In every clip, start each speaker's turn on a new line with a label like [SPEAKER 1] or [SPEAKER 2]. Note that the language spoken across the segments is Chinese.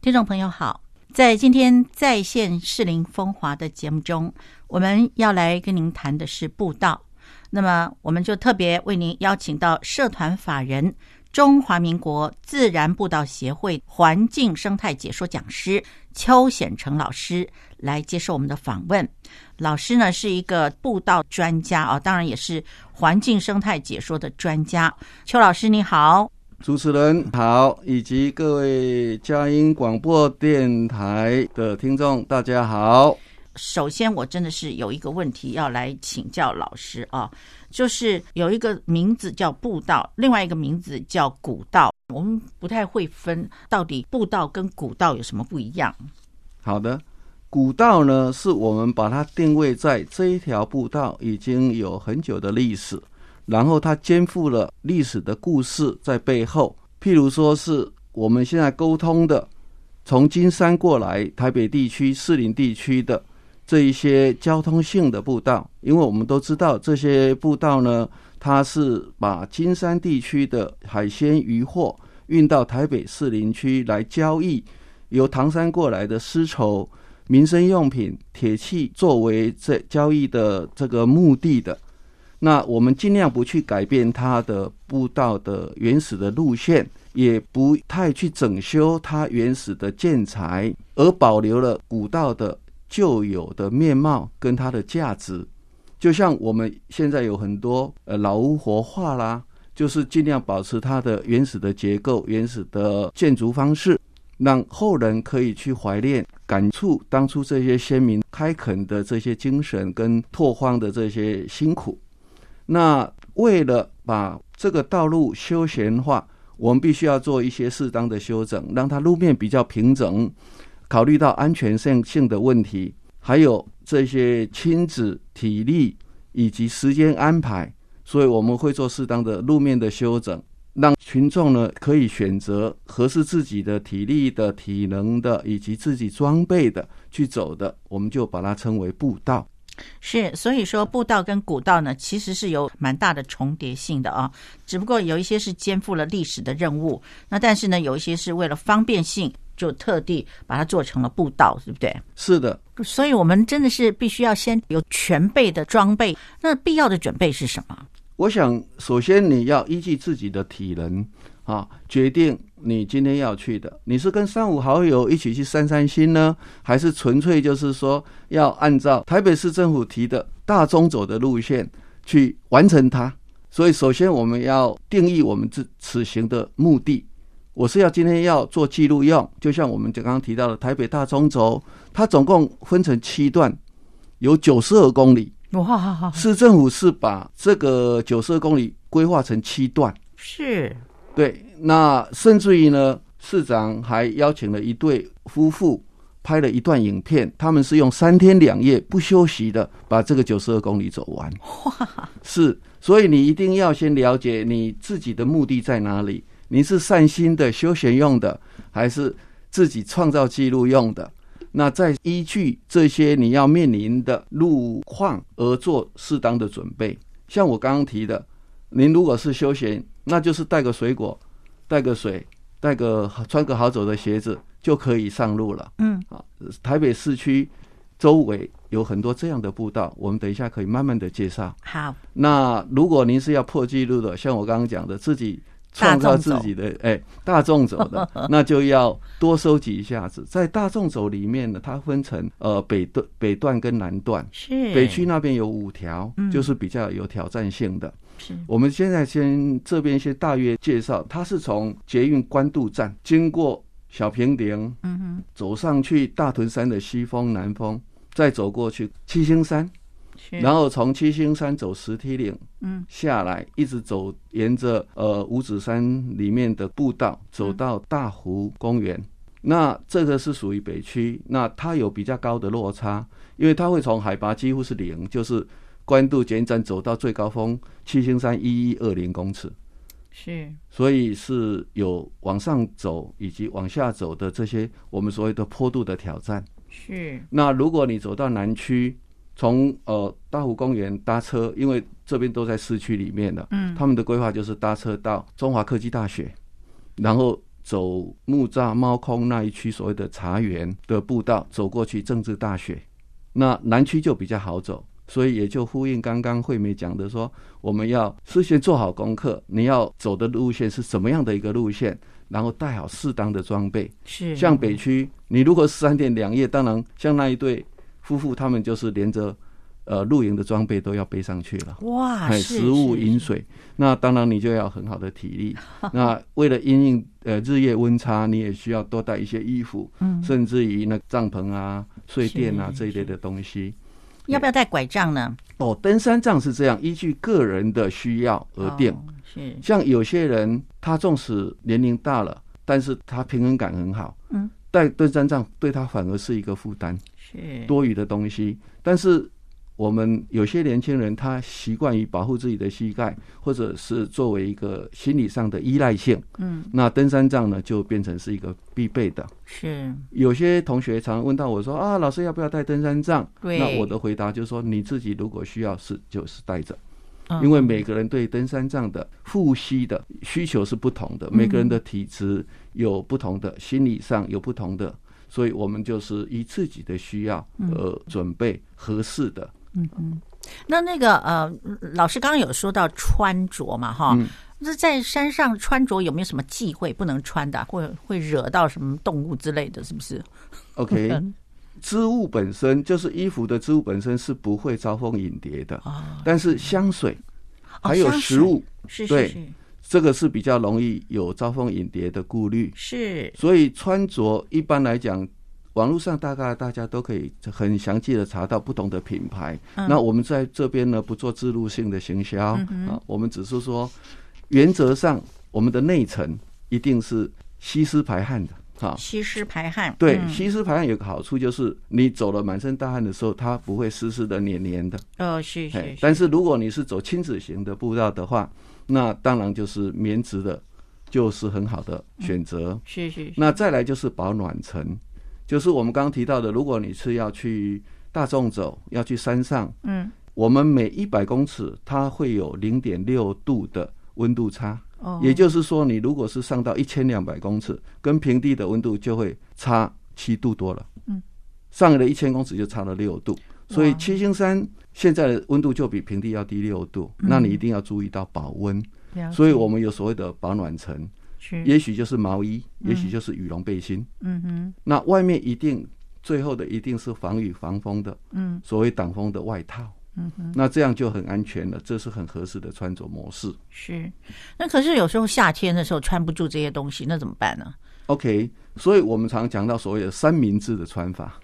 [SPEAKER 1] 听众朋友好，在今天在线适龄风华的节目中，我们要来跟您谈的是布道。那么，我们就特别为您邀请到社团法人中华民国自然步道协会环境生态解说讲师邱显成老师来接受我们的访问。老师呢是一个步道专家啊、当然也是环境生态解说的专家。邱老师你好，
[SPEAKER 2] 主持人好，以及各位佳音广播电台的听众，大家好。
[SPEAKER 1] 首先我真的是有一个问题要来请教老师啊，就是有一个名字叫步道，另外一个名字叫古道，我们不太会分到底步道跟古道有什么不一样。
[SPEAKER 2] 好的，古道呢，是我们把它定位在这一条步道已经有很久的历史，然后它肩负了历史的故事在背后。譬如说是我们现在沟通的，从金山过来台北地区、士林地区的这一些交通性的步道，因为我们都知道这些步道呢，它是把金山地区的海鲜渔货运到台北士林区来交易，由唐山过来的丝绸、民生用品、铁器作为这交易的这个目的的。那我们尽量不去改变它的步道的原始的路线，也不太去整修它原始的建材，而保留了古道的旧有的面貌跟它的价值。就像我们现在有很多呃老屋活化啦，就是尽量保持它的原始的结构、原始的建筑方式，让后人可以去怀念、感触当初这些先民开垦的这些精神跟拓荒的这些辛苦。那为了把这个道路休闲化，我们必须要做一些适当的修整，让它路面比较平整，考虑到安全性性的问题，还有这些亲子体力以及时间安排，所以我们会做适当的路面的修整，让群众呢可以选择合适自己的体力的、体能的以及自己装备的去走的，我们就把它称为步道。
[SPEAKER 1] 是，所以说步道跟古道呢，其实是有蛮大的重叠性的啊。只不过有一些是肩负了历史的任务，那但是呢，有一些是为了方便性，就特地把它做成了步道，对不对？
[SPEAKER 2] 是的，
[SPEAKER 1] 所以我们真的是必须要先有全备的装备。那必要的准备是什么？
[SPEAKER 2] 我想，首先你要依据自己的体能啊，决定你今天要去的。你是跟三五好友一起去散散心呢，还是纯粹就是说要按照台北市政府提的大中走的路线去完成它？所以，首先我们要定义我们这此行的目的。我是要今天要做记录用，就像我们刚刚提到的台北大中轴，它总共分成七段，有九十二公里。
[SPEAKER 1] 哇，
[SPEAKER 2] 市政府是把这个九十二公里规划成七段，
[SPEAKER 1] 是
[SPEAKER 2] 对，那甚至于呢，市长还邀请了一对夫妇拍了一段影片，他们是用三天两夜不休息的把这个九十二公里走完。
[SPEAKER 1] 哇，
[SPEAKER 2] 是，所以你一定要先了解你自己的目的在哪里，你是散心的休闲用的，还是自己创造记录用的？那再依据这些你要面临的路况而做适当的准备。像我刚刚提的，您如果是休闲，那就是带个水果，带个水，带个穿个好走的鞋子就可以上路了。
[SPEAKER 1] 嗯，
[SPEAKER 2] 啊，台北市区周围有很多这样的步道，我们等一下可以慢慢的介绍。
[SPEAKER 1] 好，
[SPEAKER 2] 那如果您是要破纪录的，像我刚刚讲的，自己创造自己的哎 大众走的， 那就要多收集一下子。在大众走里面呢，它分成呃北段、北段跟南段。
[SPEAKER 1] 是
[SPEAKER 2] 北区那边有五条
[SPEAKER 1] 嗯，
[SPEAKER 2] 就是比较有挑战性的。
[SPEAKER 1] 是
[SPEAKER 2] 我们现在先这边先大约介绍，它是从捷运关渡站经过小平顶，
[SPEAKER 1] 嗯哼，
[SPEAKER 2] 走上去大屯山的西峰、南峰，再走过去七星山，
[SPEAKER 1] 是，
[SPEAKER 2] 然后从七星山走石梯岭，
[SPEAKER 1] 嗯，
[SPEAKER 2] 下来一直走，沿着呃五指山里面的步道走到大湖公园。那这个是属于北区，那它有比较高的落差，因为它会从海拔几乎是零，就是关渡捷运站走到最高峰七星山一一二零公尺，
[SPEAKER 1] 是
[SPEAKER 2] 所以是有往上走以及往下走的这些我们所谓的坡度的挑战。
[SPEAKER 1] 是
[SPEAKER 2] 那如果你走到南区，从呃大湖公园搭车，因为这边都在市区里面了，
[SPEAKER 1] 嗯
[SPEAKER 2] 他们的规划就是搭车到中华科技大学，然后走木栅猫空那一区所谓的茶园的步道走过去政治大学，那南区就比较好走，所以也就呼应刚刚惠美讲的说，我们要事先做好功课，你要走的路线是什么样的一个路线，然后带好适当的装备。
[SPEAKER 1] 是
[SPEAKER 2] 像北区，你如果三天两夜，当然像那一对夫妇，他们就是连着呃露营的装备都要背上去了。
[SPEAKER 1] 哇，
[SPEAKER 2] 哎，
[SPEAKER 1] 啊是
[SPEAKER 2] 食物、
[SPEAKER 1] 是
[SPEAKER 2] 饮水，那当然你就要很好的体 力。那为了因应呃日夜温差，你也需要多带一些衣服，
[SPEAKER 1] 嗯
[SPEAKER 2] 甚至于那帐篷啊、睡垫啊
[SPEAKER 1] 是
[SPEAKER 2] 这一类的东西。
[SPEAKER 1] 要不要带拐杖呢？
[SPEAKER 2] 哦，登山杖是这样，依据个人的需要而定。
[SPEAKER 1] 哦是
[SPEAKER 2] 像有些人，他纵使年龄大了，但是他平衡感很好，
[SPEAKER 1] 嗯，
[SPEAKER 2] 带登山杖对他反而是一个负担。
[SPEAKER 1] 是
[SPEAKER 2] 多余的东西。但是我们有些年轻人，他习惯于保护自己的膝盖，或者是作为一个心理上的依赖性。
[SPEAKER 1] 嗯，
[SPEAKER 2] 那登山杖呢，就变成是一个必备的。
[SPEAKER 1] 是
[SPEAKER 2] 有些同学常问到我说：“啊，老师要不要带登山杖？”
[SPEAKER 1] 对。
[SPEAKER 2] 那我的回答就是说，你自己如果需要是就是带着，
[SPEAKER 1] 嗯
[SPEAKER 2] 因为每个人对登山杖的护膝的需求是不同
[SPEAKER 1] 嗯
[SPEAKER 2] 的，每个人的体质有不同的，心理上有不同的，所以我们就是依自己的需要
[SPEAKER 1] 嗯
[SPEAKER 2] 而准备合适的。
[SPEAKER 1] 那那个呃，老师刚刚有说到穿着嘛，哈，
[SPEAKER 2] 嗯
[SPEAKER 1] 那、在山上穿着有没有什么忌讳不能穿的，或者会惹到什么动物之类的，是不是？
[SPEAKER 2] OK，织物本身就是衣服的织物本身是不会招蜂引蝶的，
[SPEAKER 1] 啊，哦
[SPEAKER 2] 但是香水还有
[SPEAKER 1] 香
[SPEAKER 2] 食物，
[SPEAKER 1] 是
[SPEAKER 2] 对
[SPEAKER 1] 是
[SPEAKER 2] 这个是比较容易有招蜂引蝶的顾虑。
[SPEAKER 1] 是
[SPEAKER 2] 所以穿着一般来讲，网络上大概大家都可以很详细的查到不同的品牌。
[SPEAKER 1] 嗯
[SPEAKER 2] 那我们在这边呢，不做自入性的行销、啊，我们只是说，原则上我们的内层一定是吸湿排汗的。哈、
[SPEAKER 1] 吸湿排汗，
[SPEAKER 2] 对，
[SPEAKER 1] 嗯
[SPEAKER 2] 吸湿排汗有个好处就是，你走了满身大汗的时候，它不会湿湿的、黏黏的。
[SPEAKER 1] 呃，是
[SPEAKER 2] 嘿
[SPEAKER 1] 是是
[SPEAKER 2] 但是如果你是走亲子型的步道的话，那当然就是棉质的，就是很好的选择。
[SPEAKER 1] 是是
[SPEAKER 2] 那再来就是保暖层，就是我们刚刚提到的，如果你是要去大众走，要去山上，
[SPEAKER 1] 嗯，
[SPEAKER 2] 我们每一百公尺它会有零点六度的温度差，
[SPEAKER 1] 哦，
[SPEAKER 2] 也就是说，你如果是上到一千两百公尺，跟平地的温度就会差七度多了，嗯，上了一千公尺就差了六度，所以
[SPEAKER 1] 哇
[SPEAKER 2] 七星山现在的温度就比平地要低六度，那你一定要注意到保温，
[SPEAKER 1] 嗯了解
[SPEAKER 2] 所以我们有所谓的保暖层。
[SPEAKER 1] 是
[SPEAKER 2] 也许就是毛衣，也许就是羽绒背心。
[SPEAKER 1] 嗯哼
[SPEAKER 2] 那外面一定最后的一定是防雨防风的，
[SPEAKER 1] 嗯，
[SPEAKER 2] 所谓挡风的外套。嗯哼，那这样就很安全了，这是很合适的穿着模式。
[SPEAKER 1] 是，那可是有时候夏天的时候穿不住这些东西，那怎么办呢？
[SPEAKER 2] OK，所以我们常讲到所谓的三明治的穿 法。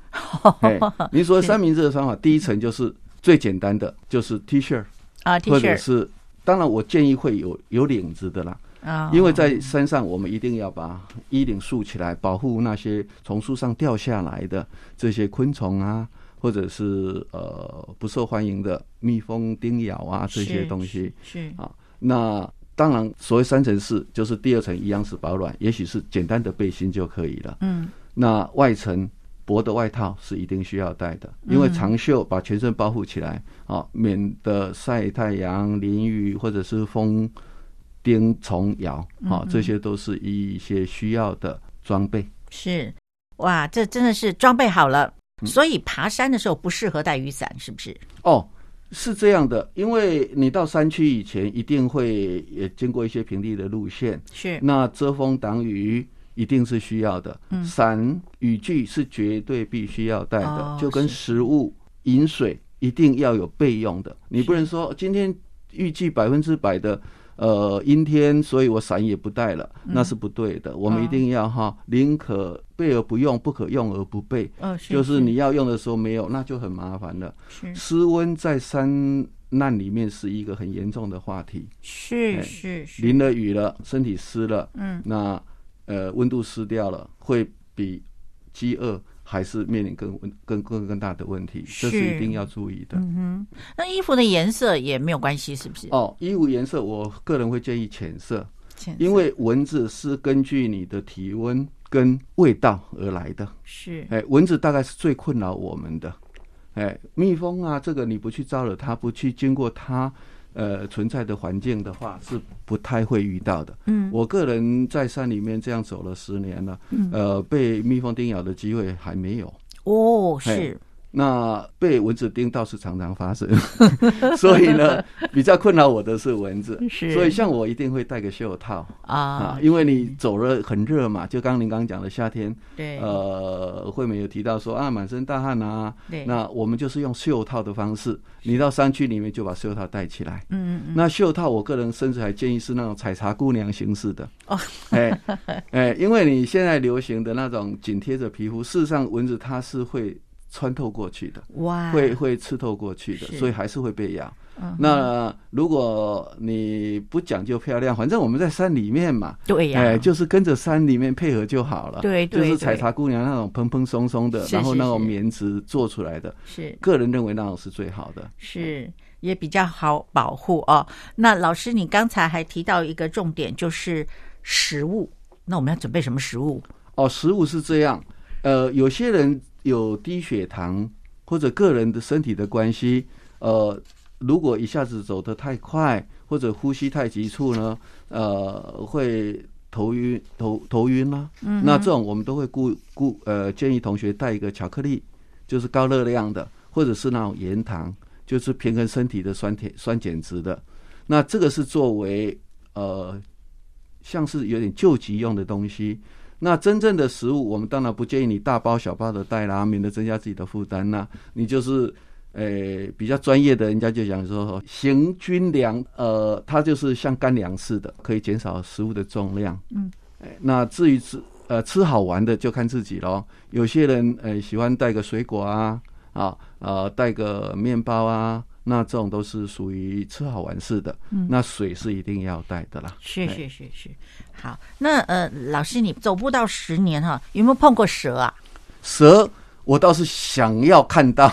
[SPEAKER 2] 哎，您说三明治的穿法，第一层就是最简单的，就是 T 恤
[SPEAKER 1] 啊，T
[SPEAKER 2] 或者
[SPEAKER 1] 恤
[SPEAKER 2] 是，当然我建议会有有领子的啦，
[SPEAKER 1] 啊，
[SPEAKER 2] 因为在山上，我们一定要把衣领竖起来，保护那些从树上掉下来的这些昆虫啊，或者是呃不受欢迎的蜜蜂叮咬啊这些
[SPEAKER 1] 是
[SPEAKER 2] 东西。
[SPEAKER 1] 是
[SPEAKER 2] 啊。那当然，所谓三层式，就是第二层一样是保暖，也许是简单的背心就可以了。
[SPEAKER 1] 嗯，
[SPEAKER 2] 那外层薄的外套是一定需要带的，因为长袖把全身包覆起来啊，免得晒太阳、淋雨或者是风叮虫咬啊，这些都是一些需要的装备。
[SPEAKER 1] 是，哇，这真的是装备好了，
[SPEAKER 2] 嗯
[SPEAKER 1] 所以爬山的时候不适合带雨伞，是不是？
[SPEAKER 2] 哦，是这样的，因为你到山区以前，一定会也经过一些平地的路线，
[SPEAKER 1] 是，
[SPEAKER 2] 那遮风挡雨一定是需要的，伞、雨具是绝对必须要带的，
[SPEAKER 1] 哦
[SPEAKER 2] 就跟
[SPEAKER 1] 是
[SPEAKER 2] 食物、饮水一定要有备用的。你不能说今天预计百分之百的呃阴天，所以我伞也不带了，那是不对的。我们一定要哈，宁可备而不用，不可用而不备。
[SPEAKER 1] 嗯，
[SPEAKER 2] 就是你要用的时候没有，那就很麻烦了。
[SPEAKER 1] 是
[SPEAKER 2] 失温在山难里面是一个很严重的话题。哎
[SPEAKER 1] 是是是，
[SPEAKER 2] 淋了雨了，身体湿了，嗯，那呃温度失掉了，会比饥饿还是面临更温更更更大的问题，这是嗯
[SPEAKER 1] 是
[SPEAKER 2] 一定要注意的。
[SPEAKER 1] 那衣服的颜色也没有关系，是不是？
[SPEAKER 2] 哦，衣物颜色，我个人会建议浅色，
[SPEAKER 1] 浅
[SPEAKER 2] 因为蚊子是根据你的体温跟味道而来的。
[SPEAKER 1] 是
[SPEAKER 2] 哎，蚊子大概是最困扰我们的。哎，蜜蜂啊，这个你不去招惹它，不去经过它呃存在的环境的话，是不太会遇到的。
[SPEAKER 1] 嗯
[SPEAKER 2] 我个人在山里面这样走了十年了，呃，被蜜蜂叮咬的机会还没有。
[SPEAKER 1] 哦，是
[SPEAKER 2] 那被蚊子叮倒是常常发生， 所以呢，比较困扰我的是蚊子。
[SPEAKER 1] 嗯是，
[SPEAKER 2] 哎所以像我一定会戴个袖套
[SPEAKER 1] 啊
[SPEAKER 2] 啊，，因为你走了很热嘛，就刚您刚讲的夏天，
[SPEAKER 1] 对
[SPEAKER 2] 呃，惠美有提到说啊，满身大汗啊，
[SPEAKER 1] 对，
[SPEAKER 2] 那我们就是用袖套的方式，你到山区里面就把袖套戴起来。
[SPEAKER 1] 嗯嗯
[SPEAKER 2] 那袖套，我个人甚至还建议是那种采茶姑娘形式的
[SPEAKER 1] 哦，
[SPEAKER 2] 哎哎，因为你现在流行的那种紧贴着皮肤，事实上蚊子它是会穿透过去的，
[SPEAKER 1] 嗯，哇，
[SPEAKER 2] 会会刺透过去的
[SPEAKER 1] 是，
[SPEAKER 2] 所以还是会被咬。
[SPEAKER 1] 嗯
[SPEAKER 2] 那如果你不讲究漂亮，反正我们在山里面嘛，
[SPEAKER 1] 对呀，
[SPEAKER 2] 哎，就是跟着山里面配合就好了。
[SPEAKER 1] 对对
[SPEAKER 2] 就是
[SPEAKER 1] 对
[SPEAKER 2] 采茶姑娘那种蓬蓬松松的，
[SPEAKER 1] 是
[SPEAKER 2] 然后
[SPEAKER 1] 是
[SPEAKER 2] 那种
[SPEAKER 1] 是
[SPEAKER 2] 棉质做出来的，
[SPEAKER 1] 是
[SPEAKER 2] 个人认为那种是最好的。
[SPEAKER 1] 是。也比较好保护哦。那老师，你刚才还提到一个重点，就是食物。那我们要准备什么食物？
[SPEAKER 2] 哦，食物是这样，呃，有些人有低血糖或者个人的身体的关系，呃，如果一下子走得太快或者呼吸太急促呢，呃，会头晕头头晕啦、嗯，那这种我们都会顾顾呃建议同学带一个巧克力，就是高热量的，或者是那种盐糖，就是平衡身体的酸甜酸碱值的。那这个是作为呃，像是有点救急用的东西。那真正的食物，我们当然不建议你大包小包的带啦，免得增加自己的负担啦。你就是，呃，比较专业的人家就讲说，哦行军粮，呃，它就是像干粮似的，可以减少食物的重量。
[SPEAKER 1] 嗯
[SPEAKER 2] 哎，那至于吃，呃，吃好玩的就看自己咯。有些人，呃，喜欢带个水果啊，啊，呃，带个面包啊，那这种都是属于吃好玩式的。嗯、那水是一定要带的啦。
[SPEAKER 1] 是
[SPEAKER 2] 哎
[SPEAKER 1] 是是是，好。那呃，老师，你走步到十年哈、有没有碰过蛇啊？
[SPEAKER 2] 蛇，我倒是想要看到，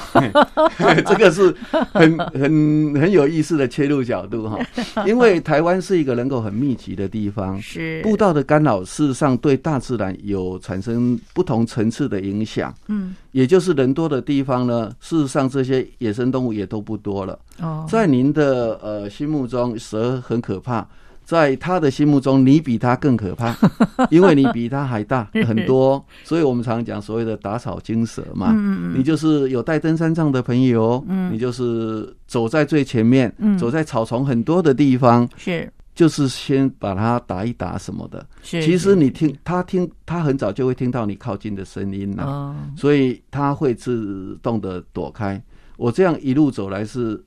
[SPEAKER 2] 这个是很很很有意思的切入角度哈，因为台湾是一个人口很密集的地方。
[SPEAKER 1] 是
[SPEAKER 2] 步道的干扰事实上对大自然有产生不同层次的影响，
[SPEAKER 1] 嗯
[SPEAKER 2] 也就是人多的地方呢，事实上这些野生动物也都不多了。
[SPEAKER 1] 哦
[SPEAKER 2] 在您的呃心目中，蛇很可怕，在他的心目中，你比他更可怕，因为你比他还大很多，所以我们常讲所谓的打草惊蛇嘛。嗯嗯你就是有带登山杖的朋友，嗯，你就是走在最前面，
[SPEAKER 1] 嗯
[SPEAKER 2] 走在草丛很多的地方，
[SPEAKER 1] 是
[SPEAKER 2] 就是先把它打一打什么的。
[SPEAKER 1] 是，
[SPEAKER 2] 其实你听他听他很早就会听到你靠近的声音了。
[SPEAKER 1] 哦
[SPEAKER 2] 所以它会自动的躲开。我这样一路走来是，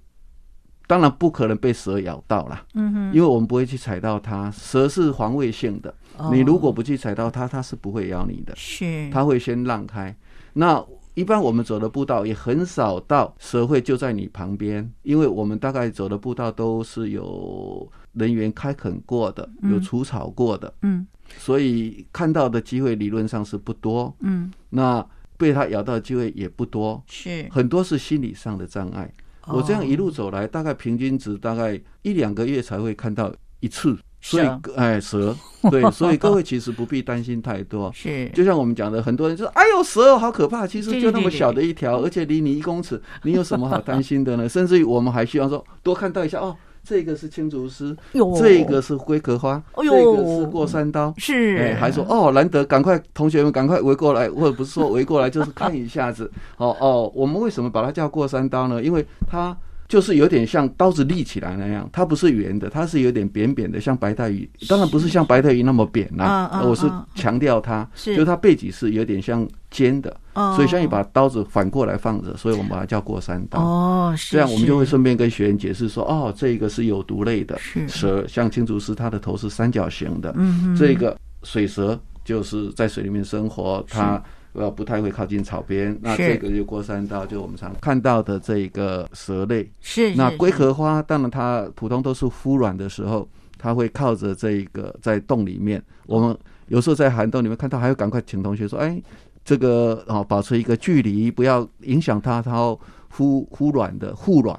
[SPEAKER 2] 当然不可能被蛇咬到啦，
[SPEAKER 1] 嗯哼，
[SPEAKER 2] 因为我们不会去踩到它。蛇是防卫性的，你如果不去踩到它，它是不会咬你的
[SPEAKER 1] 哦，是
[SPEAKER 2] 它会先让开。那一般我们走的步道也很少到蛇会就在你旁边，因为我们大概走的步道都是有人员开垦过的，有除草过的，
[SPEAKER 1] 嗯
[SPEAKER 2] 所以看到的机会理论上是不多。
[SPEAKER 1] 嗯
[SPEAKER 2] 那被它咬到的机会也不多，
[SPEAKER 1] 是，哦
[SPEAKER 2] 很多是心理上的障碍。我这样一路走来，大概平均值大概一两个月才会看到一次，所以
[SPEAKER 1] 蛇
[SPEAKER 2] 哎蛇，对，所以各位其实不必担心太 多。
[SPEAKER 1] 是
[SPEAKER 2] 就像我们讲的，很多人说：“哎呦，蛇好可怕！”其实
[SPEAKER 1] 对
[SPEAKER 2] 就
[SPEAKER 1] 对
[SPEAKER 2] 那么
[SPEAKER 1] 对
[SPEAKER 2] 小的一条，而且离你一公尺，你有什么好担心的呢？ 甚至于我们还希望说多看到一下哦，这个是青竹丝，
[SPEAKER 1] 有
[SPEAKER 2] 这个是龟壳花，
[SPEAKER 1] 哦哎
[SPEAKER 2] 这
[SPEAKER 1] 呦
[SPEAKER 2] 个是过山刀，哎、
[SPEAKER 1] 是
[SPEAKER 2] 还说哦，难得，赶快同学们赶快围过来，或者不是 说围过来，就是看一下子。哦哦，我们为什么把它叫过山刀呢？因为它就是有点像刀子立起来那样，它不是圆的，它是有点扁扁的，像白带鱼。当然不是像白带鱼那么扁啦、呃
[SPEAKER 1] 啊啊
[SPEAKER 2] 我是
[SPEAKER 1] 啊
[SPEAKER 2] 强调它，
[SPEAKER 1] 是
[SPEAKER 2] 就它背脊是有点像尖的，
[SPEAKER 1] 哦
[SPEAKER 2] 所以像一把刀子反过来放着，所以我们把它叫过山刀。
[SPEAKER 1] 哦，是
[SPEAKER 2] 这样我们就会
[SPEAKER 1] 是
[SPEAKER 2] 顺便跟学员解释说，哦，这个是有毒类的
[SPEAKER 1] 是
[SPEAKER 2] 蛇，像青竹丝，它的头是三角形的，
[SPEAKER 1] 嗯哼
[SPEAKER 2] 这个水蛇就是在水里面生活，它呃不太会靠近草边。那
[SPEAKER 1] 是
[SPEAKER 2] 这个就过山道，就我们常看到的这个蛇类。
[SPEAKER 1] 是
[SPEAKER 2] 那
[SPEAKER 1] 是
[SPEAKER 2] 龟
[SPEAKER 1] 是
[SPEAKER 2] 壳花，当然它普通都是孵卵的时候，它会靠着这一个在洞里面。我们有时候在涵洞里面看到，还要赶快请同学说：“哎，这个哦，保持一个距离，不要影响它，它要孵孵卵的护卵。”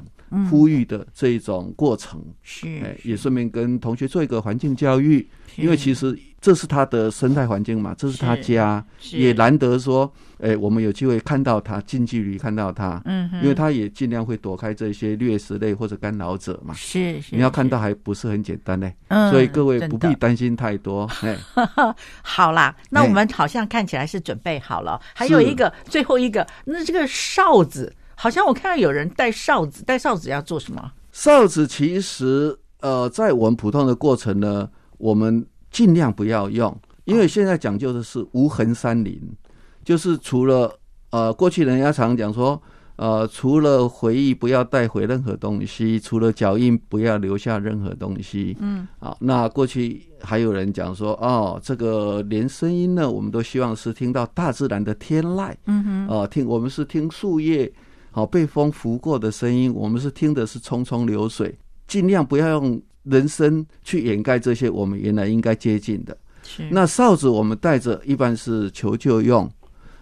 [SPEAKER 2] 呼吁的这一种过程。哎
[SPEAKER 1] 嗯是，
[SPEAKER 2] 也顺便跟同学做一个环境教育，因为其实这是他的生态环境嘛，这是他
[SPEAKER 1] 是
[SPEAKER 2] 家，
[SPEAKER 1] 实
[SPEAKER 2] 也，难得说，哎，我们有机会看到他，近距离看到他，
[SPEAKER 1] 嗯哼，
[SPEAKER 2] 因为他也尽量会躲开这些掠食类或者干扰者嘛。
[SPEAKER 1] 是是，
[SPEAKER 2] 你要看
[SPEAKER 1] 是，
[SPEAKER 2] 到还不是很简单嘞，
[SPEAKER 1] 嗯
[SPEAKER 2] 所以各位
[SPEAKER 1] 真
[SPEAKER 2] 不
[SPEAKER 1] 的
[SPEAKER 2] 必担心太多。哎，
[SPEAKER 1] 好啦，那
[SPEAKER 2] 哎
[SPEAKER 1] 我们好像看起来是准备好了。还有一个，最后一个，那这个哨子，好像我看到有人带哨子，带哨子要做什么？
[SPEAKER 2] 哨子其实呃，在我们普通的过程呢，我们尽量不要用，因为现在讲究的是无痕山林，就是除了呃，过去人家常讲说。呃，除了回忆不要带回任何东西，除了脚印不要留下任何东西。嗯，啊，那过去还有人讲说，哦，这个连声音呢，我们都希望是听到大自然的天籁。嗯哼，哦、听我们是听树叶，好、被风拂过的声音，我们是听的是冲冲流水，尽量不要用人声去掩盖这些我们原来应该接近的。
[SPEAKER 1] 是
[SPEAKER 2] 那哨子我们带着一般是求救用，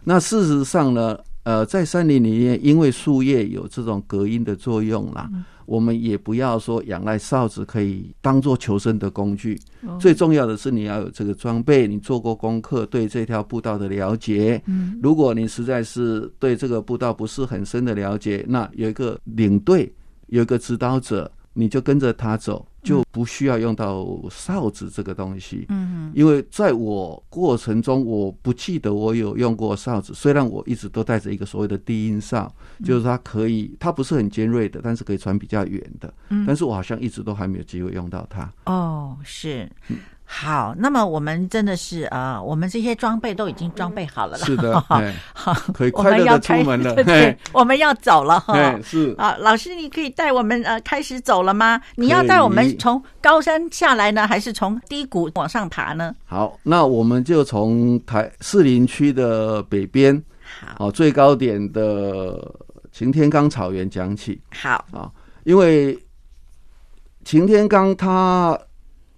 [SPEAKER 2] 那事实上呢，呃，在山林里面，因为树叶有这种隔音的作用啦，我们也不要说仰赖哨子可以当做求生的工具。最重要的是你要有这个装备，你做过功课，对这条步道的了解。嗯，如果你实在是对这个步道不是很深的了解，那有一个领队，有一个指导者，你就跟着他走，就不需要用到哨子这个东西。
[SPEAKER 1] 嗯
[SPEAKER 2] 因为在我过程中，我不记得我有用过哨子，虽然我一直都带着一个所谓的低音哨，就是它可以，它不是很尖锐的，但是可以传比较远的，但是我好像一直都还没有机会用到它。
[SPEAKER 1] 哦，是。好，那么我们真的是啊、呃我们这些装备都已经装备 好了啦。
[SPEAKER 2] 是的，哎，
[SPEAKER 1] 好，
[SPEAKER 2] 可以
[SPEAKER 1] 我
[SPEAKER 2] 快
[SPEAKER 1] 们
[SPEAKER 2] 乐地
[SPEAKER 1] 要
[SPEAKER 2] 出
[SPEAKER 1] 开
[SPEAKER 2] 门了
[SPEAKER 1] 对对
[SPEAKER 2] 嘿，
[SPEAKER 1] 我们要走了哈。
[SPEAKER 2] 哎，是，
[SPEAKER 1] 啊，老师，你可以带我们呃开始走了吗？你
[SPEAKER 2] 可
[SPEAKER 1] 要带我
[SPEAKER 2] 以
[SPEAKER 1] 们从高山下来呢，还是从低谷往上爬呢？
[SPEAKER 2] 好，那我们就从台士林区的北边，
[SPEAKER 1] 好，
[SPEAKER 2] 哦，最高点的擎天岗草原讲起。
[SPEAKER 1] 好，
[SPEAKER 2] 啊，因为擎天岗它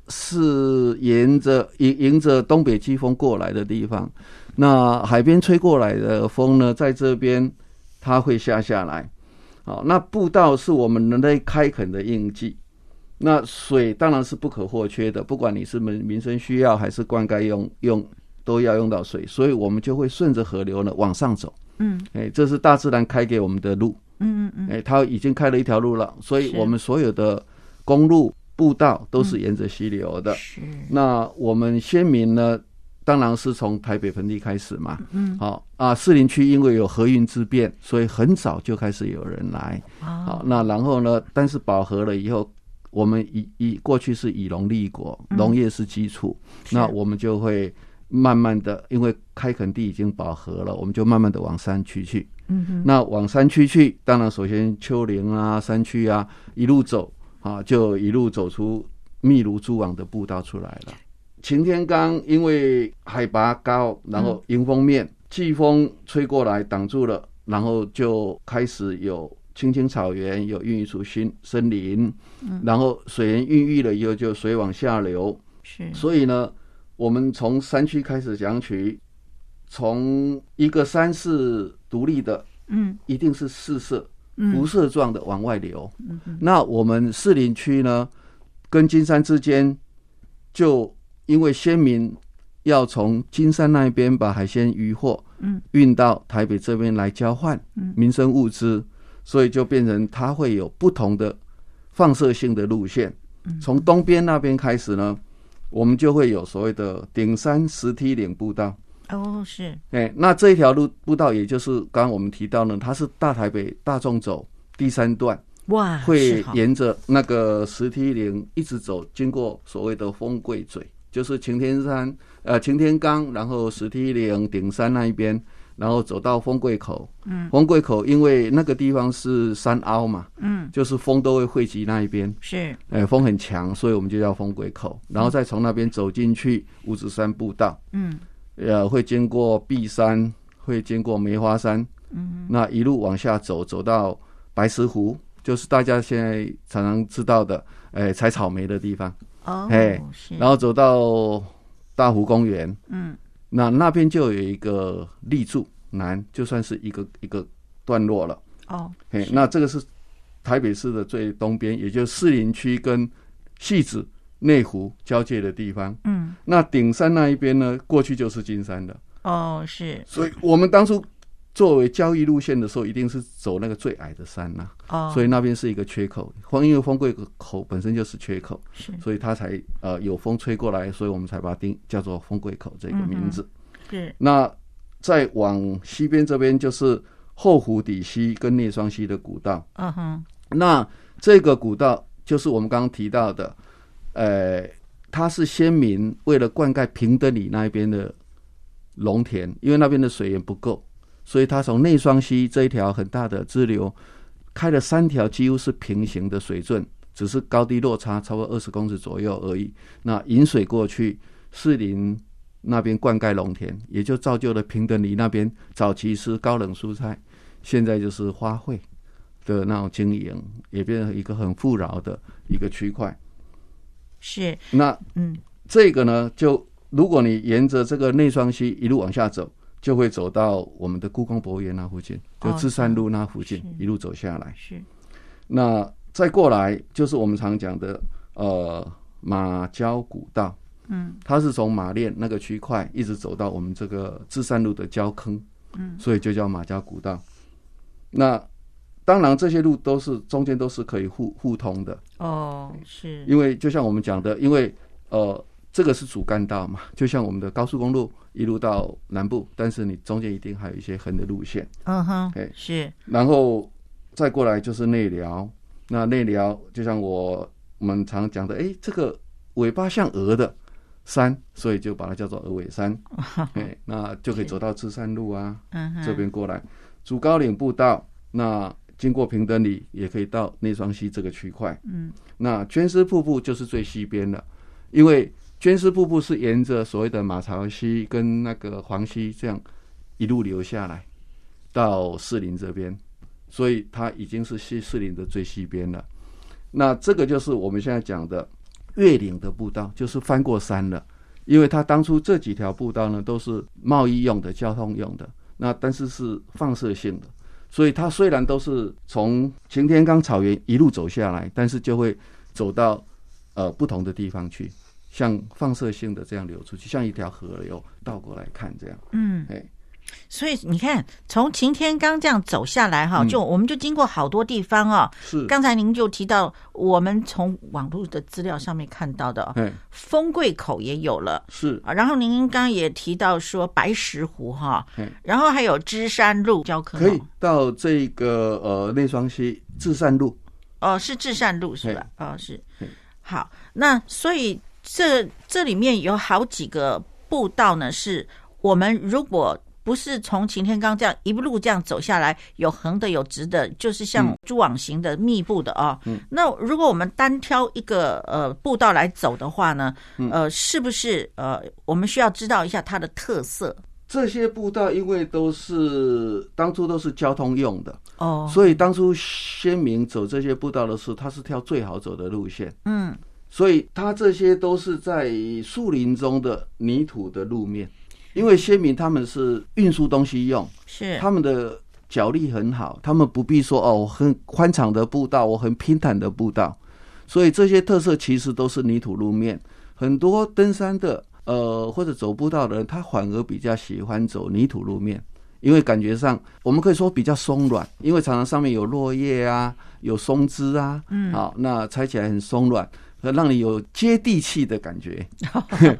[SPEAKER 2] 是沿着迎迎着东北季风过来的地方，那海边吹过来的风呢，在这边它会下下来。好，那步道是我们人类开垦的印记。那水当然是不可或缺的，不管你是民民生需要还是灌溉用用，都要用到水，所以我们就会顺着河流呢往上走。
[SPEAKER 1] 嗯，
[SPEAKER 2] 哎，这是大自然开给我们的路。
[SPEAKER 1] 嗯嗯嗯，
[SPEAKER 2] 哎，它已经开了一条路了，所以
[SPEAKER 1] 是嗯
[SPEAKER 2] 我们所有的公路、步道都是沿着溪流的。
[SPEAKER 1] 是，
[SPEAKER 2] 那我们先民呢，当然是从台北盆地开始嘛。嗯，好啊，士林区因为有河运之变，所以很早就开始有人来。
[SPEAKER 1] 啊
[SPEAKER 2] 好，那然后呢，但是饱和了以后。我们以以过去是以农立国，农业是基础，
[SPEAKER 1] 嗯是
[SPEAKER 2] 那我们就会慢慢的，因为开垦地已经饱和了，我们就慢慢的往山区去。
[SPEAKER 1] 嗯哼，
[SPEAKER 2] 那往山区去，当然首先丘陵啊、山区啊，一路走啊，就一路走出密如蛛网的步道出来了。擎天岗因为海拔高，然后迎风面，季风吹过来挡住了，然后就开始有青青草原，有孕育出新森林，然后水源孕育了以后，就水往下流，
[SPEAKER 1] 是，
[SPEAKER 2] 所以呢，我们从山区开始讲起，从一个山是独立的，
[SPEAKER 1] 嗯
[SPEAKER 2] 一定是四射、
[SPEAKER 1] 嗯
[SPEAKER 2] 辐射状的往外流。那我们士林区呢，跟金山之间，就因为先民要从金山那边把海鲜渔获，
[SPEAKER 1] 嗯，
[SPEAKER 2] 运到台北这边来交换民生物资，所以就变成它会有不同的放射性的路线。
[SPEAKER 1] 嗯
[SPEAKER 2] 从东边那边开始呢，我们就会有所谓的顶山石梯岭步道。
[SPEAKER 1] 哦是，
[SPEAKER 2] 哎，那这一条路步道，也就是刚刚我们提到呢，它是大台北大众走第三段，
[SPEAKER 1] 哇，
[SPEAKER 2] 会
[SPEAKER 1] 啊是哦好
[SPEAKER 2] 沿着那个石梯岭一直走，经过所谓的风柜嘴，就是擎天山呃擎天岗，然后石梯岭顶山那一边，然后走到风柜口。嗯，风柜口因为那个地方是山凹嘛，
[SPEAKER 1] 嗯，
[SPEAKER 2] 就是风都会汇集那一边。
[SPEAKER 1] 是，
[SPEAKER 2] 哎，风很强，所以我们就叫风鬼口，然后再从那边走进去五指山步道，
[SPEAKER 1] 嗯
[SPEAKER 2] 呃，会经过碧山，会经过梅花山，嗯，那一路往下走，走到白石湖，就是大家现在常常知道的，哎，采草莓的地方，
[SPEAKER 1] 哦
[SPEAKER 2] 哎
[SPEAKER 1] 是，
[SPEAKER 2] 然后走到大湖公园，
[SPEAKER 1] 嗯
[SPEAKER 2] 那那边就有一个立柱南，就算是一个一个段落了。
[SPEAKER 1] 哦
[SPEAKER 2] 嘿，那这个是台北市的最东边，也就是士林区跟戏子、内湖交界的地方。
[SPEAKER 1] 嗯，
[SPEAKER 2] 那顶山那一边呢，过去就是金山的，
[SPEAKER 1] 哦，是
[SPEAKER 2] 所以我们当初作为交易路线的时候，一定是走那个最矮的山呐、
[SPEAKER 1] 哦，
[SPEAKER 2] 所以那边是一个缺口。风因为风柜口本身就是缺口，
[SPEAKER 1] 是
[SPEAKER 2] 所以它才呃有风吹过来，所以我们才把它定叫做风柜口这个名字。
[SPEAKER 1] 是
[SPEAKER 2] 那再往西边这边就是后湖底溪跟聂双溪的古道。
[SPEAKER 1] 嗯哼，
[SPEAKER 2] 那这个古道就是我们刚刚提到的，呃，它是先民为了灌溉平等里那一边的农田，因为那边的水源不够，所以他从内双溪这一条很大的支流开了三条，几乎是平行的水准，只是高低落差超过二十公尺左右而已。那引水过去，士林那边灌溉农田，也就造就了平等里那边早期是高冷蔬菜，现在就是花卉的那种经营，也变成一个很富饶的一个区块。
[SPEAKER 1] 是
[SPEAKER 2] 那
[SPEAKER 1] 嗯
[SPEAKER 2] 这个呢，就如果你沿着这个内双溪一路往下走，就会走到我们的故宫博物院那附近，就
[SPEAKER 1] 哦
[SPEAKER 2] 芝山路那附近，
[SPEAKER 1] 是
[SPEAKER 2] 一路走下来。
[SPEAKER 1] 是
[SPEAKER 2] 那再过来就是我们常讲的呃马交古道，
[SPEAKER 1] 嗯，
[SPEAKER 2] 它是从马练那个区块一直走到我们这个芝山路的交坑，嗯，所以就叫马交古道。那当然，这些路都是中间都是可以互互通的，
[SPEAKER 1] 哦是
[SPEAKER 2] 因为就像我们讲的，因为呃，这个是主干道嘛，就像我们的高速公路一路到南部，但是你中间一定还有一些横的路线，
[SPEAKER 1] 嗯哼
[SPEAKER 2] 嘿
[SPEAKER 1] 是
[SPEAKER 2] 然后再过来就是内寮。那内寮就像我我们常讲的，哎、这个尾巴像鹅的山，所以就把它叫做鹅尾山。哎、那就可以走到芝山路啊，
[SPEAKER 1] 嗯哼
[SPEAKER 2] 这边过来，竹高岭步道，那经过平等里也可以到内双溪这个区块。
[SPEAKER 1] 嗯，
[SPEAKER 2] 那捐尸瀑布就是最西边了，因为捐尸瀑布是沿着所谓的马槽溪跟那个黄溪这样一路流下来到士林这边，所以它已经是西士林的最西边了。那这个就是我们现在讲的越岭的步道，就是翻过山了。因为它当初这几条步道呢都是贸易用的、交通用的，那但是是放射性的，所以它虽然都是从擎天岗草原一路走下来，但是就会走到呃不同的地方去，像放射性的这样流出去，像一条河流倒过来看这样。
[SPEAKER 1] 嗯
[SPEAKER 2] 哎，
[SPEAKER 1] 所以你看从擎天岗这样走下来哈，
[SPEAKER 2] 嗯
[SPEAKER 1] 就我们就经过好多地方哦。
[SPEAKER 2] 是，
[SPEAKER 1] 刚才您就提到，我们从网络的资料上面看到的哦，
[SPEAKER 2] 哎，
[SPEAKER 1] 丰贵口也有了。
[SPEAKER 2] 是，
[SPEAKER 1] 啊，然后您刚刚也提到说白石湖哈，
[SPEAKER 2] 哎，
[SPEAKER 1] 然后还有芝山路交坑哦，
[SPEAKER 2] 可以到这个呃内双溪至善路，
[SPEAKER 1] 哦，是至善路是吧？哦，是
[SPEAKER 2] 嘿。
[SPEAKER 1] 好，那所以这这里面有好几个步道呢，是我们如果不是从擎天岗这样一路这样走下来，有横的有直的，就是
[SPEAKER 2] 嗯
[SPEAKER 1] 像蛛网型的密布的哦。那如果我们单挑一个呃步道来走的话呢，
[SPEAKER 2] 嗯
[SPEAKER 1] 呃，是不是呃我们需要知道一下它的特色
[SPEAKER 2] 这些步道因为都是当初都是交通用的，
[SPEAKER 1] 哦？
[SPEAKER 2] 所以当初先民走这些步道的时候，他是挑最好走的路线，
[SPEAKER 1] 嗯，
[SPEAKER 2] 所以他这些都是在树林中的泥土的路面，因为先民他们是运输东西用，
[SPEAKER 1] 是
[SPEAKER 2] 他们的脚力很好，他们不必说哦，我很宽敞的步道，我很平坦的步道，所以这些特色其实都是泥土路面。很多登山的呃或者走步道的人，他反而比较喜欢走泥土路面，因为感觉上我们可以说比较松软，因为常常上面有落叶啊，有松枝啊，嗯，好、那踩起来很松软，呃让你有接地气的感觉。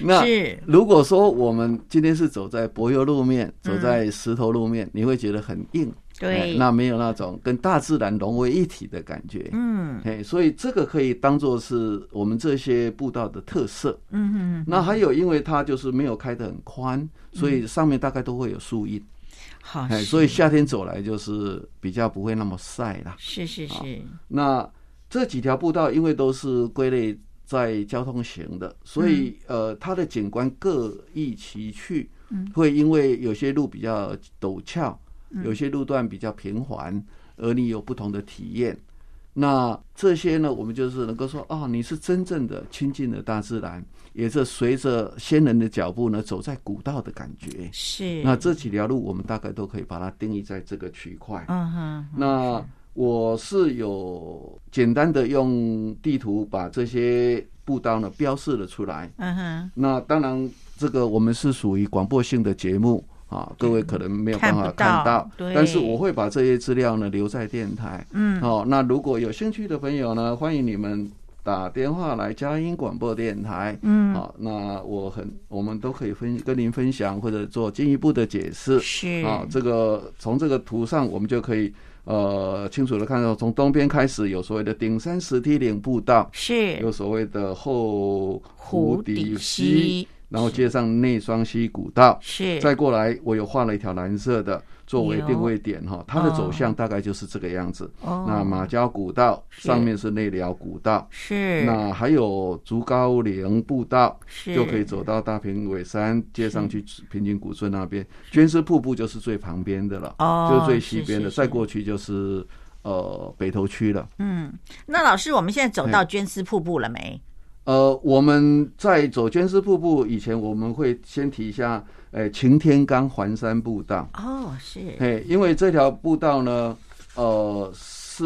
[SPEAKER 2] 那
[SPEAKER 1] 是
[SPEAKER 2] 如果说我们今天是走在柏油路面，走在石头路面，你会觉得很硬，哎
[SPEAKER 1] 嗯对，
[SPEAKER 2] 那没有那种跟大自然融为一体的感觉，
[SPEAKER 1] 嗯
[SPEAKER 2] 哎，所以这个可以当做是我们这些步道的特色。
[SPEAKER 1] 嗯嗯。
[SPEAKER 2] 那还有，因为它就是没有开得很宽，所以上面大概都会有树荫，
[SPEAKER 1] 好，
[SPEAKER 2] 哎，
[SPEAKER 1] 啊是
[SPEAKER 2] 所以夏天走来就是比较不会那么晒啦。
[SPEAKER 1] 是是是，
[SPEAKER 2] 那这几条步道因为都是归类在交通型的，所以、呃，它的景观各异其趣，会因为有些路比较陡峭，有些路段比较平缓，而你有不同的体验。那这些呢，我们就是能够说，哦，你是真正的亲近了大自然，也是随着先人的脚步呢，走在古道的感觉。
[SPEAKER 1] 是
[SPEAKER 2] 那这几条路，我们大概都可以把它定义在这个区块。
[SPEAKER 1] 嗯哼，
[SPEAKER 2] 那我是有简单的用地图把这些步道呢标示了出来。
[SPEAKER 1] 嗯哼，
[SPEAKER 2] 那当然，这个我们是属于广播性的节目啊，各位可能没有办法
[SPEAKER 1] 看不到
[SPEAKER 2] 看到，
[SPEAKER 1] 对
[SPEAKER 2] 但是我会把这些资料呢留在电台。
[SPEAKER 1] 嗯，
[SPEAKER 2] 哦，那如果有兴趣的朋友呢，欢迎你们打电话来佳音广播电台。
[SPEAKER 1] 嗯，
[SPEAKER 2] 好、那我很我们都可以分跟您分享或者做进一步的解释。
[SPEAKER 1] 是
[SPEAKER 2] 啊，这个从这个图上我们就可以呃清楚的看到，从东边开始有所谓的顶山石梯岭步道，
[SPEAKER 1] 是
[SPEAKER 2] 有所谓的后湖
[SPEAKER 1] 湖
[SPEAKER 2] 底
[SPEAKER 1] 底
[SPEAKER 2] 溪，
[SPEAKER 1] 溪
[SPEAKER 2] 然后接上内双溪古道，
[SPEAKER 1] 是
[SPEAKER 2] 再过来我有画了一条蓝色的作为定位点哈，它的走向大概就是这个样子。
[SPEAKER 1] 哦，
[SPEAKER 2] 那马交古道
[SPEAKER 1] 是
[SPEAKER 2] 上面是内寮古道，
[SPEAKER 1] 是
[SPEAKER 2] 那还有竹高岭步道，
[SPEAKER 1] 是
[SPEAKER 2] 就可以走到大平尾山，接上去平津古镇那边。捐尸瀑布就是最旁边的了，
[SPEAKER 1] 哦，
[SPEAKER 2] 就是最西边的，
[SPEAKER 1] 是
[SPEAKER 2] 再过去就是呃北投区了。
[SPEAKER 1] 嗯，那老师，我们现在走到捐丝瀑布了没？
[SPEAKER 2] 呃，我们在走捐尸瀑布以前，我们会先提一下，呃，擎天岗环山步道。
[SPEAKER 1] 哦，是
[SPEAKER 2] 嘿，因为这条步道呢，呃，是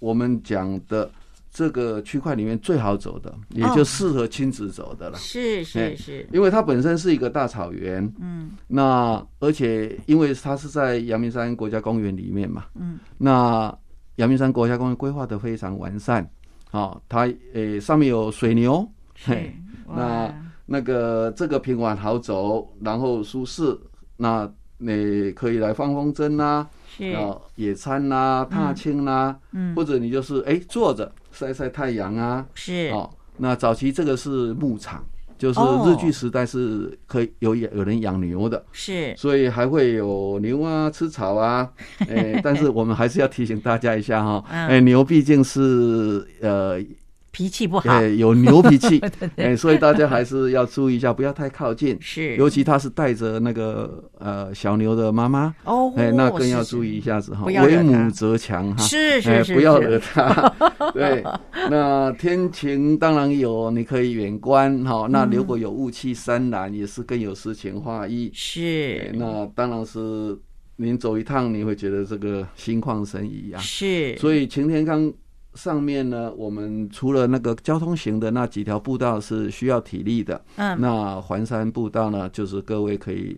[SPEAKER 2] 我们讲的这个区块里面最好走的，也
[SPEAKER 1] 哦
[SPEAKER 2] 就适合亲子走的了。
[SPEAKER 1] 是是
[SPEAKER 2] 哎
[SPEAKER 1] 是，
[SPEAKER 2] 因为它本身是一个大草原，嗯，那而且因为它是在阳明山国家公园里面嘛，嗯，那阳明山国家公园规划的非常完善，哦，它呃上面有水牛，
[SPEAKER 1] 是
[SPEAKER 2] 嘿哎那
[SPEAKER 1] 哇，
[SPEAKER 2] 那个这个平缓好走，然后舒适，那你、呃可以来放风筝啦、
[SPEAKER 1] 是
[SPEAKER 2] 啊，野餐啦、踏青啦、
[SPEAKER 1] 嗯
[SPEAKER 2] 或者你就是哎坐着晒晒太阳啊，
[SPEAKER 1] 是
[SPEAKER 2] 哦，那早期这个是牧场，就是
[SPEAKER 1] 哦
[SPEAKER 2] 日据时代是可以有有人养牛的，
[SPEAKER 1] 是
[SPEAKER 2] 所以还会有牛啊吃草 啊。哎、但是我们还是要提醒大家一下哈，
[SPEAKER 1] 嗯
[SPEAKER 2] 哎、牛毕竟是呃
[SPEAKER 1] 脾气不好
[SPEAKER 2] 哎、有牛 脾气，哎、所以大家还是要注意一下，不要太靠近。
[SPEAKER 1] 是
[SPEAKER 2] 尤其他是带着那个呃小牛的妈妈，
[SPEAKER 1] 哦，
[SPEAKER 2] 哎、那更
[SPEAKER 1] 是
[SPEAKER 2] 要
[SPEAKER 1] 是
[SPEAKER 2] 注意一下子哈，
[SPEAKER 1] 不要惹
[SPEAKER 2] 为
[SPEAKER 1] 它
[SPEAKER 2] 母则强哈。
[SPEAKER 1] 是
[SPEAKER 2] 哎
[SPEAKER 1] 是是，
[SPEAKER 2] 不要
[SPEAKER 1] 是
[SPEAKER 2] 惹它。 对，那天晴当然有，你可以远观哈、
[SPEAKER 1] 嗯
[SPEAKER 2] 那如果有雾气山岚，也是更有诗情画意。哎
[SPEAKER 1] 是
[SPEAKER 2] 那当然是您走一趟，你会觉得这个心旷神怡啊。
[SPEAKER 1] 是，
[SPEAKER 2] 所以擎天岗上面呢，我们除了那个交通型的那几条步道是需要体力的，
[SPEAKER 1] 嗯
[SPEAKER 2] 那环山步道呢，就是各位可以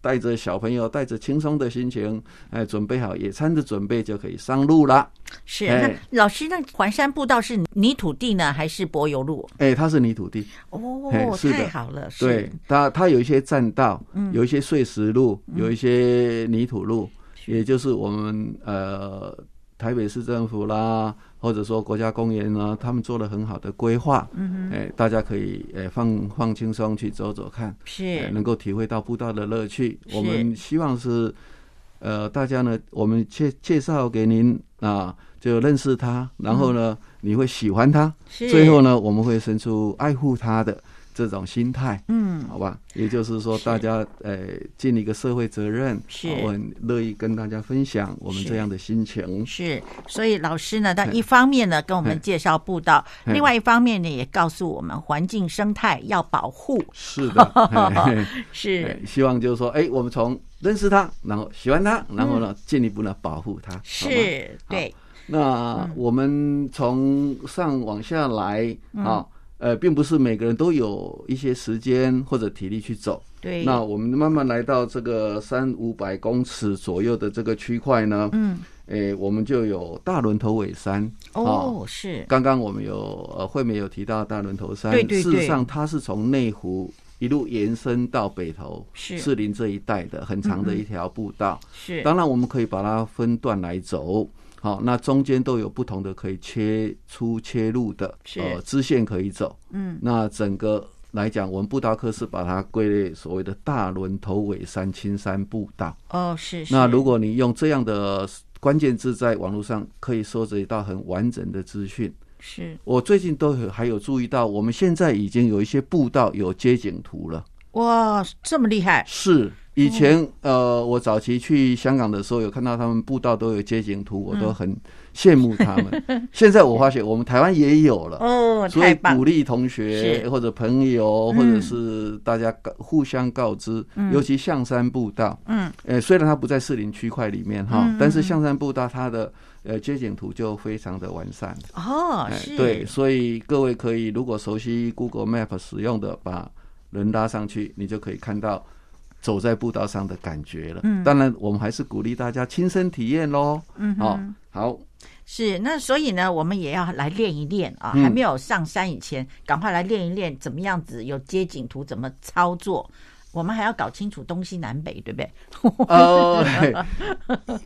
[SPEAKER 2] 带着小朋友，带着轻松的心情，哎，准备好野餐的准备就可以上路啦。
[SPEAKER 1] 是。
[SPEAKER 2] 哎
[SPEAKER 1] 那老师，那环山步道是泥土地呢，还是柏油路？
[SPEAKER 2] 哎，它是泥土地，
[SPEAKER 1] 哦
[SPEAKER 2] 哎，是的
[SPEAKER 1] 太好了，是
[SPEAKER 2] 对，它它有一些栈道，有一些碎石路，有一些泥土路，也就是我们呃台北市政府啦，或者说国家公园呢，他们做了很好的规划，嗯哎，大家可以哎放放轻松去走走看，哎
[SPEAKER 1] 是
[SPEAKER 2] 能够体会到步道的乐趣。
[SPEAKER 1] 是
[SPEAKER 2] 我们希望是呃大家呢，我们介介绍给您啊，就认识它，然后呢，你会喜欢它。
[SPEAKER 1] 是。
[SPEAKER 2] 最后呢，我们会生出爱护他的这种心态，
[SPEAKER 1] 嗯，
[SPEAKER 2] 好吧？也就是说，
[SPEAKER 1] 是
[SPEAKER 2] 大家呃尽一个社会责任，
[SPEAKER 1] 是
[SPEAKER 2] 啊我很乐意跟大家分享我们
[SPEAKER 1] 是
[SPEAKER 2] 这样的心情。
[SPEAKER 1] 是，所以老师呢，他
[SPEAKER 2] 嘿
[SPEAKER 1] 一方面呢跟我们
[SPEAKER 2] 嘿
[SPEAKER 1] 介绍步道，
[SPEAKER 2] 嘿
[SPEAKER 1] 另外一方面呢也告诉我们环境生态要保护，
[SPEAKER 2] 是 的，嘿嘿
[SPEAKER 1] 是
[SPEAKER 2] 嘿希望就是说，哎、我们从认识他，然后喜欢他，然后呢，进一步呢保护他。好吗
[SPEAKER 1] 是，嗯对，
[SPEAKER 2] 那我们从上往下来
[SPEAKER 1] 嗯
[SPEAKER 2] 啊，呃，并不是每个人都有一些时间或者体力去走。
[SPEAKER 1] 对，
[SPEAKER 2] 那我们慢慢来到这个三五百公尺左右的这个区块呢，
[SPEAKER 1] 嗯，
[SPEAKER 2] 诶、我们就有大轮头尾山。
[SPEAKER 1] 哦，是
[SPEAKER 2] 刚刚我们有呃，惠美有提到大轮头山，
[SPEAKER 1] 对对
[SPEAKER 2] 事
[SPEAKER 1] 对
[SPEAKER 2] 实上它是从内湖一路延伸到北投
[SPEAKER 1] 是嗯
[SPEAKER 2] 士林这一带的很长的一条步道。
[SPEAKER 1] 是，
[SPEAKER 2] 当然，我们可以把它分段来走。好，那中间都有不同的可以切出切入的
[SPEAKER 1] 是
[SPEAKER 2] 呃支线可以走。
[SPEAKER 1] 嗯，
[SPEAKER 2] 那整个来讲，我们布达克是把它归类所谓的大轮头尾山青山步道。
[SPEAKER 1] 哦，是，
[SPEAKER 2] 那
[SPEAKER 1] 是
[SPEAKER 2] 如果你用这样的关键字在网络上，可以收集到很完整的资讯。
[SPEAKER 1] 是
[SPEAKER 2] 我最近都有还有注意到，我们现在已经有一些步道有街景图了。
[SPEAKER 1] 哇，这么厉害，
[SPEAKER 2] 是，以前
[SPEAKER 1] 嗯
[SPEAKER 2] 呃，我早期去香港的时候，有看到他们步道都有街景图，我
[SPEAKER 1] 嗯
[SPEAKER 2] 都很羡慕他 们。现在我发现我们台湾也有了，
[SPEAKER 1] 哦，
[SPEAKER 2] 所
[SPEAKER 1] 太
[SPEAKER 2] 以
[SPEAKER 1] 棒
[SPEAKER 2] 鼓
[SPEAKER 1] 了，
[SPEAKER 2] 励同学
[SPEAKER 1] 是
[SPEAKER 2] 或者朋友，
[SPEAKER 1] 嗯
[SPEAKER 2] 或者是大家告互相告知，尤其象山步道，
[SPEAKER 1] 嗯，
[SPEAKER 2] 呃，虽然它不在士林区块里面哈
[SPEAKER 1] 嗯，
[SPEAKER 2] 但是象山步道它的呃街景图就非常的完善。
[SPEAKER 1] 哦，
[SPEAKER 2] 哎
[SPEAKER 1] 是，
[SPEAKER 2] 对，，所以各位可以如果熟悉 Google Map 使用的，把人拉上去，你就可以看到走在步道上的感觉了。
[SPEAKER 1] 嗯
[SPEAKER 2] 当然我们还是鼓励大家亲身体验喽。
[SPEAKER 1] 嗯哼
[SPEAKER 2] 哦，好，
[SPEAKER 1] 是，那所以呢，我们也要来练一练啊，
[SPEAKER 2] 嗯
[SPEAKER 1] 还没有上山以前，赶快来练一练，怎么样子有街景图怎么操作。我们还要搞清楚东西南北，对不对？
[SPEAKER 2] 呃，嘿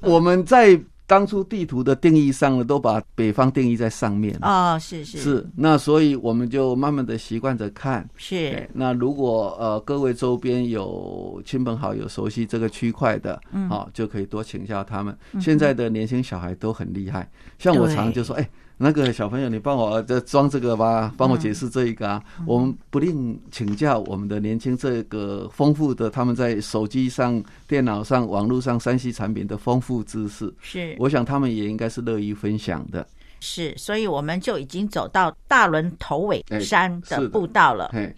[SPEAKER 2] 我们在当初地图的定义上呢，都把北方定义在上面了。
[SPEAKER 1] 哦，是是
[SPEAKER 2] 嗯是，那所以我们就慢慢的习惯着看。对
[SPEAKER 1] 是，
[SPEAKER 2] 那如果呃各位周边有亲朋好友熟悉这个区块的，嗯，好、就可以多请教他们。现在的年轻小孩都很厉害，像我
[SPEAKER 1] 对
[SPEAKER 2] 常就说，哎、那个小朋友，你帮我呃这装这个吧，帮我解释这一个啊。我们不吝请教我们的年轻这个丰富的他们在手机上、电脑上、网络上三 C 产品的丰富知识，
[SPEAKER 1] 是
[SPEAKER 2] 我想他们也应该是乐于分享的。
[SPEAKER 1] 是，所以我们就已经走到大轮头尾
[SPEAKER 2] 哎
[SPEAKER 1] 山
[SPEAKER 2] 是
[SPEAKER 1] 的
[SPEAKER 2] 的
[SPEAKER 1] 步道了。
[SPEAKER 2] 嘿，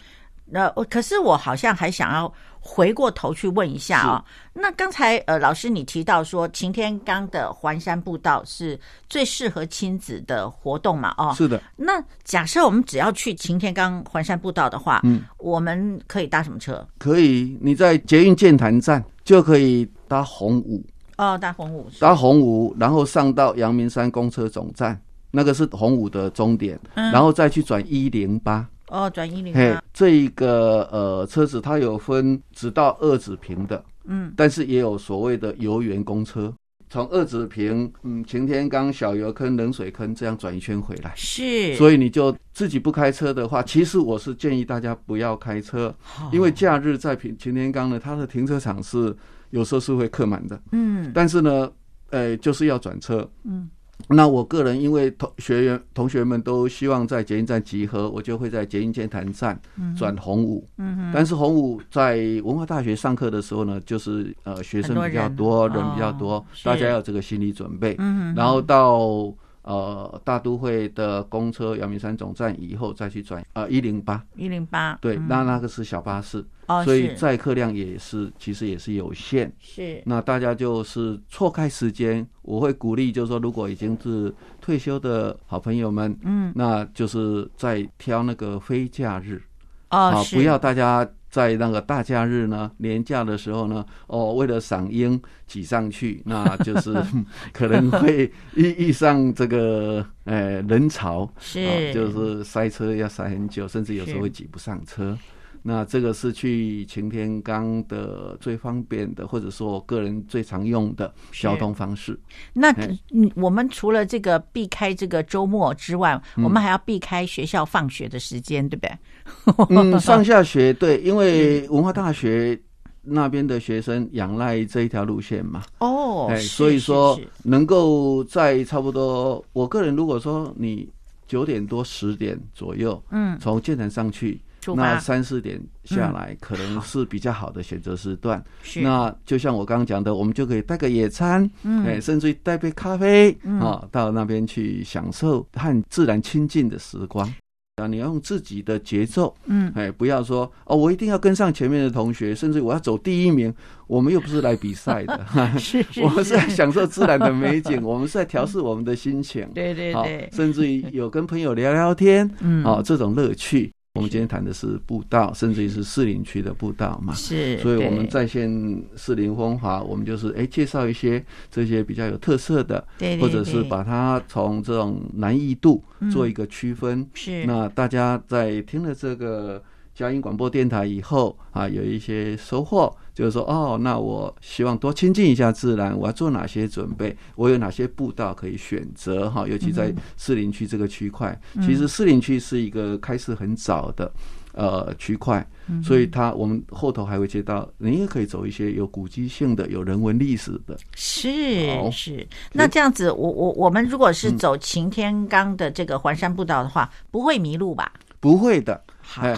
[SPEAKER 1] 那我可是我好像还想要回过头去问一下啊、那刚才呃老师你提到说擎天岗的环山步道是最适合亲子的活动嘛？哦，
[SPEAKER 2] 是的。
[SPEAKER 1] 那假设我们只要去擎天岗环山步道的话，
[SPEAKER 2] 嗯，
[SPEAKER 1] 我们可以搭什么车？
[SPEAKER 2] 可以，你在捷运建潭站就可以搭红五，
[SPEAKER 1] 哦，搭红五
[SPEAKER 2] 搭红五，然后上到阳明山公车总站，那个是红五的终点，
[SPEAKER 1] 嗯
[SPEAKER 2] 然后再去转一零八。
[SPEAKER 1] 哦，转一零
[SPEAKER 2] 嘿
[SPEAKER 1] 八，，
[SPEAKER 2] 这一个呃车子它有分直到二指平的，
[SPEAKER 1] 嗯，
[SPEAKER 2] 但是也有所谓的游园公车，从二指平，嗯，擎天岗、小油坑、冷水坑这样转一圈回来。
[SPEAKER 1] 是，
[SPEAKER 2] 所以你就自己不开车的话，其实我是建议大家不要开车，
[SPEAKER 1] 哦
[SPEAKER 2] 因为假日在平擎天岗呢，它的停车场是有时候是会客满的，
[SPEAKER 1] 嗯
[SPEAKER 2] 但是呢，呃，就是要转车。
[SPEAKER 1] 嗯，
[SPEAKER 2] 那我个人因为同学员同学们都希望在捷运站集合，我就会在捷运建潭站转红五。
[SPEAKER 1] 嗯哼，
[SPEAKER 2] 但是红五在文化大学上课的时候呢，就是呃学生比较多，
[SPEAKER 1] 很多人
[SPEAKER 2] 人比较多，
[SPEAKER 1] 哦是
[SPEAKER 2] 大家要有这个心理准备。
[SPEAKER 1] 嗯哼，
[SPEAKER 2] 然后到呃大都会的公车阳明山总站以后再去转呃一零八，
[SPEAKER 1] 一零八，
[SPEAKER 2] 对，
[SPEAKER 1] 嗯
[SPEAKER 2] 那那个是小巴士，
[SPEAKER 1] 哦，
[SPEAKER 2] 所以
[SPEAKER 1] 是
[SPEAKER 2] 载客量也是其实也是有限。
[SPEAKER 1] 是
[SPEAKER 2] 那大家就是错开时间，我会鼓励，就是说，如果已经是退休的好朋友们，
[SPEAKER 1] 嗯，
[SPEAKER 2] 那就是在挑那个非假日啊
[SPEAKER 1] 哦，是
[SPEAKER 2] 不要大家在那个大假日呢、年假的时候呢，哦，为了赏樱挤上去，那就是 可能会遇遇上这个呃人潮，
[SPEAKER 1] 是
[SPEAKER 2] 啊，就是塞车要塞很久，甚至有时候会挤不上车。那这个是去擎天岗的最方便的，或者说我个人最常用的交通 方式。
[SPEAKER 1] 那
[SPEAKER 2] 哎
[SPEAKER 1] 嗯我们除了这个避开这个周末之外，我们还要避开学校放学的时间，对不对？
[SPEAKER 2] 嗯，上下学对，因为文化大学那边的学生仰赖这一条路线嘛，
[SPEAKER 1] 哦，
[SPEAKER 2] 哎，
[SPEAKER 1] 是
[SPEAKER 2] 所以说
[SPEAKER 1] 是是
[SPEAKER 2] 能够在差不多，我个人如果说你九点多十点左右
[SPEAKER 1] 嗯，
[SPEAKER 2] 从建南上去，
[SPEAKER 1] 出
[SPEAKER 2] 那
[SPEAKER 1] 发嗯
[SPEAKER 2] 三四点下来可能是比较好的选择时段。
[SPEAKER 1] 是
[SPEAKER 2] 那就像我刚刚讲的，我们就可以带个野餐，
[SPEAKER 1] 嗯
[SPEAKER 2] 哎，甚至于带杯咖啡啊、到那边去享受和自然亲近的时光。啊，你要用自己的节奏，
[SPEAKER 1] 嗯
[SPEAKER 2] 哎，不要说哦，我一定要跟上前面的同学，甚至我要走第一名。我们又不是来比赛的，
[SPEAKER 1] 是 是
[SPEAKER 2] 我们是在享受自然的美 景，我们是在调试我们的心情，
[SPEAKER 1] 对对
[SPEAKER 2] 好
[SPEAKER 1] 对，
[SPEAKER 2] 甚至于有跟朋友聊 聊天，
[SPEAKER 1] 嗯
[SPEAKER 2] 哦，这种乐趣。我们今天谈的是步道，甚至于是士林区的步道嘛，
[SPEAKER 1] 是，
[SPEAKER 2] 所以我们
[SPEAKER 1] 对
[SPEAKER 2] 在线士林风华，我们就是哎介绍一些这些比较有特色的，
[SPEAKER 1] 对对
[SPEAKER 2] 或者是
[SPEAKER 1] 对
[SPEAKER 2] 把它从这种难易度
[SPEAKER 1] 嗯
[SPEAKER 2] 做一个区分。
[SPEAKER 1] 是
[SPEAKER 2] 那大家在听了这个佳音广播电台以后啊，有一些收获，就是说哦，那我希望多亲近一下自然，我要做哪些准备，我有哪些步道可以选择哈、尤其在士林区这个区块，其实士林区是一个开始很早的。呃，区块，所以它我们后头还会接到，你也可以走一些有古迹性的、有人文历史的，
[SPEAKER 1] 是
[SPEAKER 2] 好嗯
[SPEAKER 1] 是。那这样子，我我我们如果是走擎天岗的这个环山步道的话，不会迷路吧？
[SPEAKER 2] 不会的，
[SPEAKER 1] 好
[SPEAKER 2] 哎，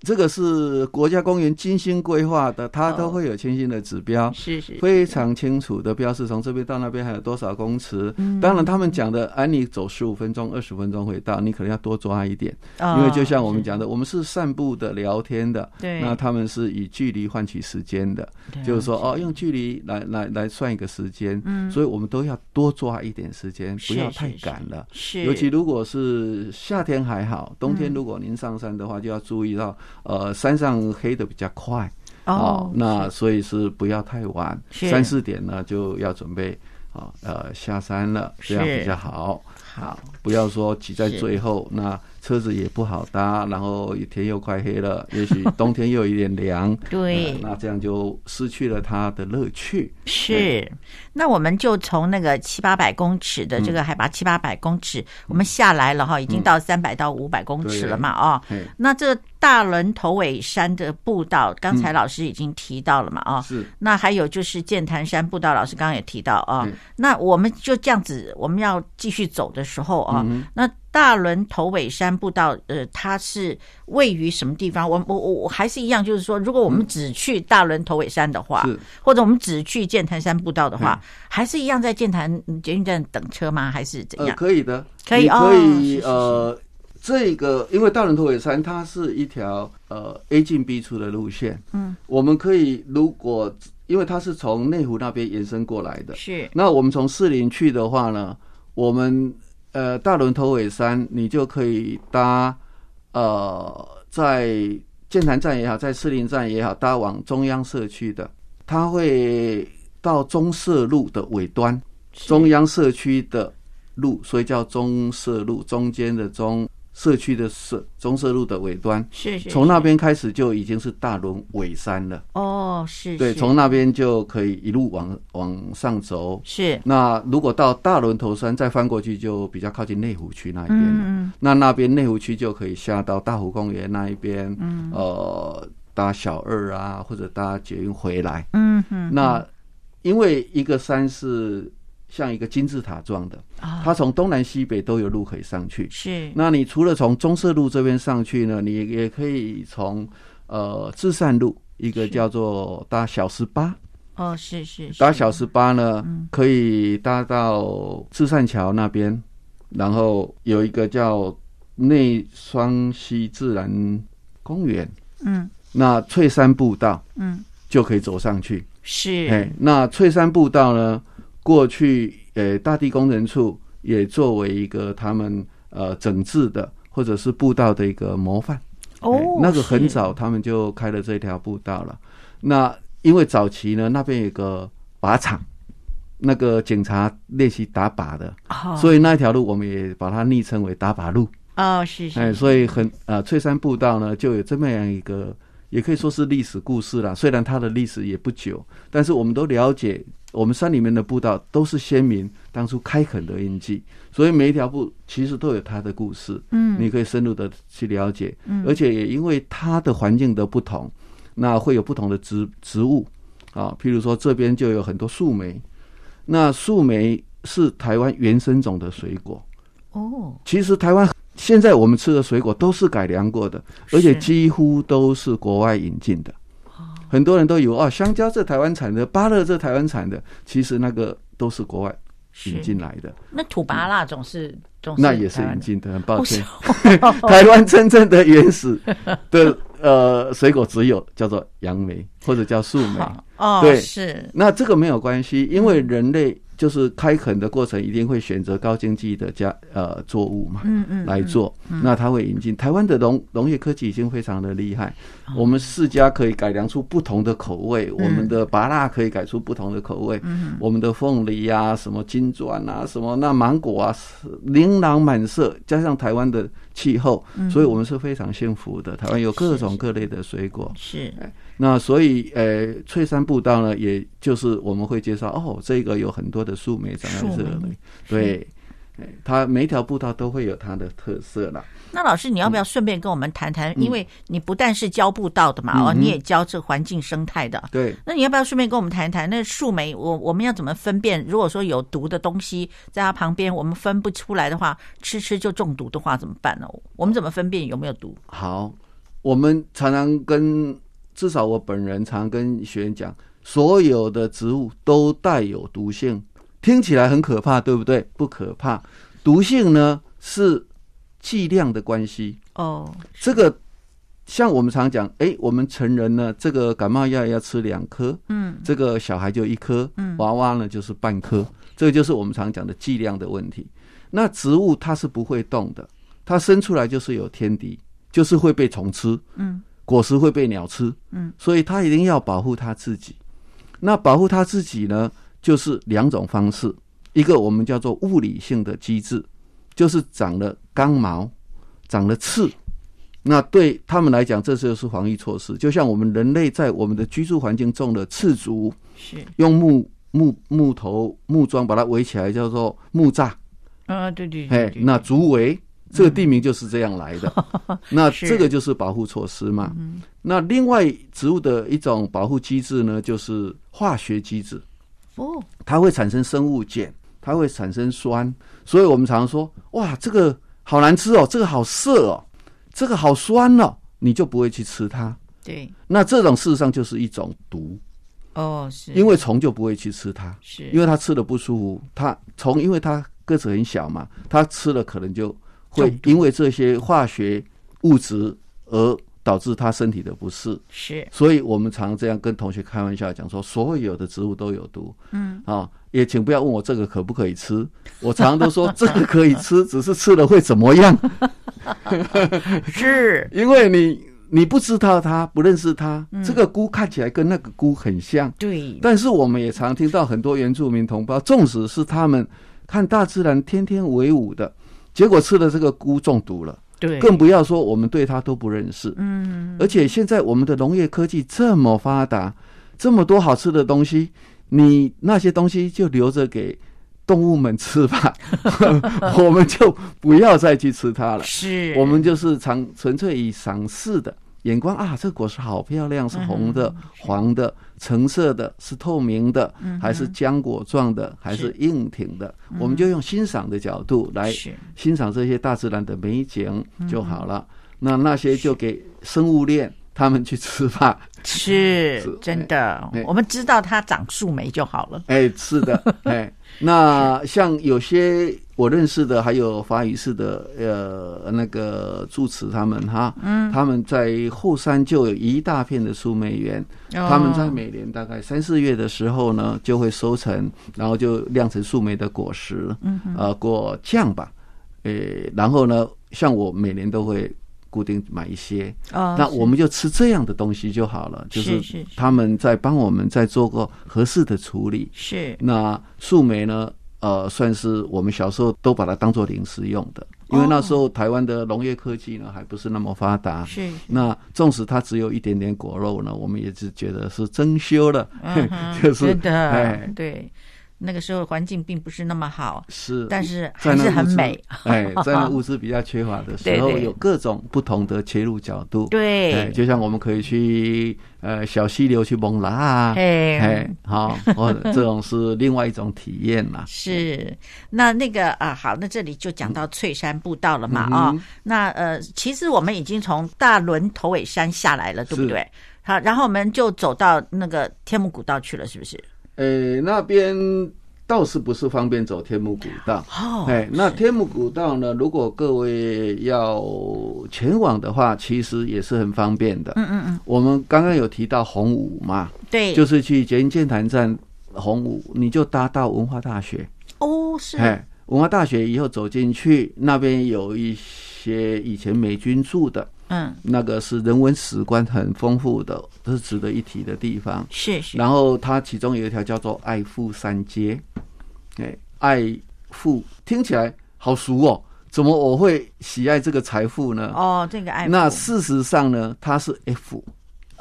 [SPEAKER 2] 这个是国家公园精心规划的，它都会有清新的指标。
[SPEAKER 1] 是是，
[SPEAKER 2] 非常清楚的标示，从这边到那边还有多少公尺。
[SPEAKER 1] 嗯
[SPEAKER 2] 当然，他们讲的，哎、你走十五分钟、二十分钟会到，你可能要多抓一点，
[SPEAKER 1] 哦啊
[SPEAKER 2] 因为就像我们讲的，我们是散步的、聊天的，
[SPEAKER 1] 对
[SPEAKER 2] 那他们是以距离换取时间的，
[SPEAKER 1] 对
[SPEAKER 2] 就是说哦，用距离来来来算一个时间，嗯，所以我们都要多抓一点时间，
[SPEAKER 1] 是
[SPEAKER 2] 不要
[SPEAKER 1] 是
[SPEAKER 2] 太
[SPEAKER 1] 是
[SPEAKER 2] 赶了。
[SPEAKER 1] 是，
[SPEAKER 2] 尤其如果是夏天还好，冬
[SPEAKER 1] 嗯
[SPEAKER 2] 天如果您上山的话，就要注意到，呃，山上黑的比较快
[SPEAKER 1] 哦，
[SPEAKER 2] 那所以是不要太晚，
[SPEAKER 1] 是
[SPEAKER 2] 三四点呢就要准备啊，呃，下山了，这样
[SPEAKER 1] 是
[SPEAKER 2] 比较好。
[SPEAKER 1] 好，
[SPEAKER 2] 不要说挤在
[SPEAKER 1] 是，
[SPEAKER 2] 最后，那车子也不好搭，然后天又快黑了，也许冬天又有一点凉
[SPEAKER 1] 对
[SPEAKER 2] 呃那这样就失去了它的乐趣。
[SPEAKER 1] 是，那我们就从那个七八百公尺
[SPEAKER 2] 嗯
[SPEAKER 1] 的这个海拔七八百公尺，我们下来了哈，已经到三百到五百公尺了嘛啊、
[SPEAKER 2] 嘿，
[SPEAKER 1] 那这大轮头尾山的步道，刚
[SPEAKER 2] 嗯
[SPEAKER 1] 才老师已经提到了嘛啊、
[SPEAKER 2] 是
[SPEAKER 1] 那还有就是剑潭山步道，老师刚刚也提到啊、
[SPEAKER 2] 嗯
[SPEAKER 1] 那我们就这样子，我们要继续走的时候啊、
[SPEAKER 2] 嗯
[SPEAKER 1] 那大轮头尾山步道，呃，它是位于什么地方？我我我我还是一样，就是说，如果我们只去大轮头尾山的话，
[SPEAKER 2] 是嗯
[SPEAKER 1] 或者我们只去剑潭山步道的话，还是一样在剑潭嗯捷运站等车吗？还是怎
[SPEAKER 2] 呃，
[SPEAKER 1] 样？
[SPEAKER 2] 可以的，
[SPEAKER 1] 可以
[SPEAKER 2] 你
[SPEAKER 1] 哦
[SPEAKER 2] 可以
[SPEAKER 1] 是是是
[SPEAKER 2] 呃，这个因为大轮头尾山它是一条呃 A 进 B 出的路线，嗯，我们可以如果因为它是从内湖那边延伸过来的，
[SPEAKER 1] 是
[SPEAKER 2] 那我们从士林去的话呢，我们呃大轮头尾山，你就可以搭呃在剑潭站也好，在士林站也好，搭往中央社区的，它会到中社路的尾端，中央社区的路，所以叫中社路，中间的中。社区的社中社路的尾端，
[SPEAKER 1] 是是，
[SPEAKER 2] 从那边开始就已经是大轮尾山了。
[SPEAKER 1] 哦，是
[SPEAKER 2] 对，
[SPEAKER 1] 是
[SPEAKER 2] 从那边就可以一路往往上走，
[SPEAKER 1] 是
[SPEAKER 2] 那如果到大轮头山再翻过去，就比较靠近内湖区那一边了。
[SPEAKER 1] 嗯嗯
[SPEAKER 2] 那那边内湖区就可以下到大湖公园那一边，嗯、呃，搭小二啊，或者搭捷运回来。
[SPEAKER 1] 嗯嗯
[SPEAKER 2] 那因为一个山是像一个金字塔状的，
[SPEAKER 1] 啊
[SPEAKER 2] 它从东南西北都有路可以上去。
[SPEAKER 1] 是
[SPEAKER 2] 那你除了从中社路这边上去呢，你也可以从呃至善路一个
[SPEAKER 1] 是
[SPEAKER 2] 叫做搭小十八，
[SPEAKER 1] 哦是是嗯
[SPEAKER 2] 搭
[SPEAKER 1] 是
[SPEAKER 2] 小时八呢，可以搭到至善桥那边，然后有一个叫内双溪自然公园，
[SPEAKER 1] 嗯
[SPEAKER 2] 那翠山步道
[SPEAKER 1] 嗯
[SPEAKER 2] 就可以走上去。
[SPEAKER 1] 是
[SPEAKER 2] 哎，那翠山步道呢，过去呃大地工程处也作为一个他们呃整治的或者是步道的一个模范。
[SPEAKER 1] 哦
[SPEAKER 2] 哎那个很
[SPEAKER 1] 是
[SPEAKER 2] 早他们就开了这条步道了。那因为早期呢，那边有个靶场，那个警察练习打靶的，
[SPEAKER 1] 哦
[SPEAKER 2] 所以那一条路我们也把它昵称为打靶路。
[SPEAKER 1] 哦是是
[SPEAKER 2] 哎，所以很呃，翠山步道呢就有这么样一个，也可以说是历史故事啦。虽然它的历史也不久，但是我们都了解，我们山里面的步道都是先民当初开垦的印记，所以每一条步其实都有它的故事。
[SPEAKER 1] 嗯
[SPEAKER 2] 你可以深入的去了解，而且也因为它的环境的不同，那会有不同的植植物啊，譬如说这边就有很多树莓，那树莓是台湾原生种的水果，
[SPEAKER 1] 哦
[SPEAKER 2] 其实台湾现在我们吃的水果都是改良过的，
[SPEAKER 1] 是
[SPEAKER 2] 而且几乎都是国外引进的。很多人都以为哦，香蕉这台湾产的，芭乐这台湾产的，其实那个都是国外引
[SPEAKER 1] 是
[SPEAKER 2] 进来的，
[SPEAKER 1] 那土拔啦总是总是
[SPEAKER 2] 那也是
[SPEAKER 1] 台湾
[SPEAKER 2] 引
[SPEAKER 1] 的
[SPEAKER 2] 进的。很
[SPEAKER 1] 哦
[SPEAKER 2] 抱歉，
[SPEAKER 1] 是
[SPEAKER 2] 台湾真正的原始 的呃水果只有叫做杨梅或者叫树莓。
[SPEAKER 1] 好嗯哦
[SPEAKER 2] 哎对
[SPEAKER 1] 是
[SPEAKER 2] 那这个没有关系，因为人类就是开垦的过程一定会选择高经济的家呃作物嘛。
[SPEAKER 1] 嗯嗯
[SPEAKER 2] 来做，那它会引进台湾的农农业科技已经非常的厉害，
[SPEAKER 1] 哦
[SPEAKER 2] 我们世家可以改良出不同的口味，
[SPEAKER 1] 嗯
[SPEAKER 2] 我们的芭辣可以改出不同的口味，我们的凤梨呀、什么金砖啊、什么那芒果啊，是琳琅满色，加上台湾的气候，
[SPEAKER 1] 嗯
[SPEAKER 2] 所以我们是非常幸福的。台湾有各种各类的水果，
[SPEAKER 1] 是
[SPEAKER 2] 哎那所以呃，翠山步道呢，也就是我们会介绍哦，这个有很多的树莓长在这
[SPEAKER 1] 树
[SPEAKER 2] 里，对。哎它每一条步道都会有它的特色啦。
[SPEAKER 1] 那老师，你要不要顺便跟我们谈
[SPEAKER 2] 嗯
[SPEAKER 1] 谈？因为你不但是教步道的嘛，哦，你也教这环境生态的。
[SPEAKER 2] 对，
[SPEAKER 1] 那你要不要顺便跟我们谈一谈那树莓？我我们要怎么分辨？如果说有毒的东西在它旁边，我们分不出来的话，吃吃就中毒的话怎么办呢？我们怎么分辨有没有毒？
[SPEAKER 2] 好，我们常常跟，至少我本人常跟学员讲，所有的植物都带有毒性，听起来很可怕，对不对？不可怕，毒性呢是剂量的关系。
[SPEAKER 1] 哦，
[SPEAKER 2] 这个像我们常讲，哎，我们成人呢，这个感冒药要吃两颗，
[SPEAKER 1] 嗯
[SPEAKER 2] 这个小孩就一颗，
[SPEAKER 1] 嗯
[SPEAKER 2] 娃娃呢就是半颗，这个就是我们常讲的剂量的问题。那植物它是不会动的，它生出来就是有天敌，就是会被虫吃，
[SPEAKER 1] 嗯，
[SPEAKER 2] 果实会被鸟吃，
[SPEAKER 1] 嗯，
[SPEAKER 2] 所以它一定要保护它自己。那保护它自己呢，就是两种方式，一个我们叫做物理性的机制，就是长了刚毛，长了刺。那对他们来讲，这就是防疫措施。就像我们人类在我们的居住环境种了刺竹，
[SPEAKER 1] 是，
[SPEAKER 2] 用木木木头木桩把它围起来，叫做木栅。
[SPEAKER 1] 啊，对对对
[SPEAKER 2] 哎，
[SPEAKER 1] 对，嗯
[SPEAKER 2] 那竹围这个地名就是这样来的。那
[SPEAKER 1] 是嗯
[SPEAKER 2] 这个就是保护措施嘛。那另外植物的一种保护机制呢，就是化学机制，
[SPEAKER 1] 哦，
[SPEAKER 2] 它会产生生物碱，它会产生酸，所以我们常说，哇，这个好难吃哦，这个好涩哦，这个好酸哦，你就不会去吃它。
[SPEAKER 1] 对，
[SPEAKER 2] 那这种事实上就是一种毒，
[SPEAKER 1] 哦是，
[SPEAKER 2] 因为虫就不会去吃它。
[SPEAKER 1] 是
[SPEAKER 2] 因为它吃的不舒服，它虫因为它个子很小嘛，它吃了可能就会
[SPEAKER 1] 中毒
[SPEAKER 2] 因为这些化学物质而导致它身体的不适。
[SPEAKER 1] 是
[SPEAKER 2] 所以我们常这样跟同学开玩笑讲说，所有的植物都有毒。
[SPEAKER 1] 嗯，
[SPEAKER 2] 啊，也请不要问我这个可不可以吃，我常都说这个可以 吃，只是吃了会怎么样？
[SPEAKER 1] 是，
[SPEAKER 2] 因为你你不知道它，不认识它，
[SPEAKER 1] 嗯
[SPEAKER 2] 这个菇看起来跟那个菇很像。
[SPEAKER 1] 对，
[SPEAKER 2] 但是我们也常听到很多原住民同胞，纵使是他们看大自然天天为伍的，结果吃了这个菇中毒了，
[SPEAKER 1] 对，
[SPEAKER 2] 更不要说我们对它都不认识。
[SPEAKER 1] 嗯，
[SPEAKER 2] 而且现在我们的农业科技这么发达，这么多好吃的东西，你那些东西就留着给动物们 吃吧，我们就不要再去吃它了。
[SPEAKER 1] 是
[SPEAKER 2] 我们就是常纯粹以赏识的眼光啊，这个果实好漂亮，嗯是红的、黄的、橙色的，是透明的，还是浆果状的，还是嗯硬挺的？我们就用欣赏的角度来
[SPEAKER 1] 是
[SPEAKER 2] 欣赏这些大自然的美景就好了。那那些就给生物链他们去吃吧。
[SPEAKER 1] 是
[SPEAKER 2] 是
[SPEAKER 1] 真的
[SPEAKER 2] 哎哎，
[SPEAKER 1] 我们知道它长树莓就好了。
[SPEAKER 2] 哎，是的， 哎，那像有些我认识的，还有法语市的呃那个住持他们哈，嗯，他们在后山就有一大片的苏梅园，他们在
[SPEAKER 1] 哦
[SPEAKER 2] 每年大概三四月的时候呢，就会收成，然后就酿成树莓的果实，嗯，呃，果酱吧，呃，然后呢，像我每年都会固定买一些，
[SPEAKER 1] 哦
[SPEAKER 2] 那我们就吃这样的东西就好了，就是
[SPEAKER 1] 是是
[SPEAKER 2] 他们在帮我们在做过合适的处理，
[SPEAKER 1] 是
[SPEAKER 2] 那树莓呢，呃，算是我们小时候都把它当做零食用的，因
[SPEAKER 1] 哦
[SPEAKER 2] 为那时候台湾的农业科技呢还不是那么发达。
[SPEAKER 1] 是
[SPEAKER 2] 那纵使它只有一点点果肉呢，我们也是觉得是珍馐了，
[SPEAKER 1] 嗯哼
[SPEAKER 2] 就是
[SPEAKER 1] 真的
[SPEAKER 2] 哎
[SPEAKER 1] 对。那个时候环境并不是那么好，
[SPEAKER 2] 是。
[SPEAKER 1] 但是
[SPEAKER 2] 在
[SPEAKER 1] 还
[SPEAKER 2] 那
[SPEAKER 1] 是很
[SPEAKER 2] 物资
[SPEAKER 1] 美。
[SPEAKER 2] 哎，在那物资比较缺乏的
[SPEAKER 1] 对
[SPEAKER 2] 时候，
[SPEAKER 1] 对
[SPEAKER 2] 有各种不同的切入角度。哎，
[SPEAKER 1] 对，
[SPEAKER 2] 就像我们可以去呃小溪流去蒙拉啊，
[SPEAKER 1] 哎
[SPEAKER 2] 哎，，好，或者这种是另外一种体验啦。
[SPEAKER 1] 是，那那个啊，好，那这里就讲到翠山步道了嘛
[SPEAKER 2] 嗯
[SPEAKER 1] 啊、那呃，其实我们已经从大轮头尾山下来了，对不
[SPEAKER 2] 是
[SPEAKER 1] 对？好，然后我们就走到那个天目古道去了，是不是？
[SPEAKER 2] 呃，那边倒是不是方便走天目古道？
[SPEAKER 1] 哦，
[SPEAKER 2] 哎，那天目古道呢？如果各位要前往的话，其实也是很方便的。
[SPEAKER 1] 嗯嗯嗯，
[SPEAKER 2] 我们刚刚有提到洪武嘛，
[SPEAKER 1] 对，
[SPEAKER 2] 就是去捷运建潭站洪武，你就搭到文化大学。
[SPEAKER 1] 哦，是，
[SPEAKER 2] 哎，文化大学以后走进去，那边有一些以前美军住的，
[SPEAKER 1] 嗯，
[SPEAKER 2] 那个是人文史观很丰富的，这是值得一提的地方。
[SPEAKER 1] 是是，
[SPEAKER 2] 然后它其中有一条叫做爱富三街，哎，爱富听起来好俗哦，怎么我会喜爱这个财富呢？
[SPEAKER 1] 哦，这个爱哦
[SPEAKER 2] 那
[SPEAKER 1] 护
[SPEAKER 2] 事实上呢，它是 F，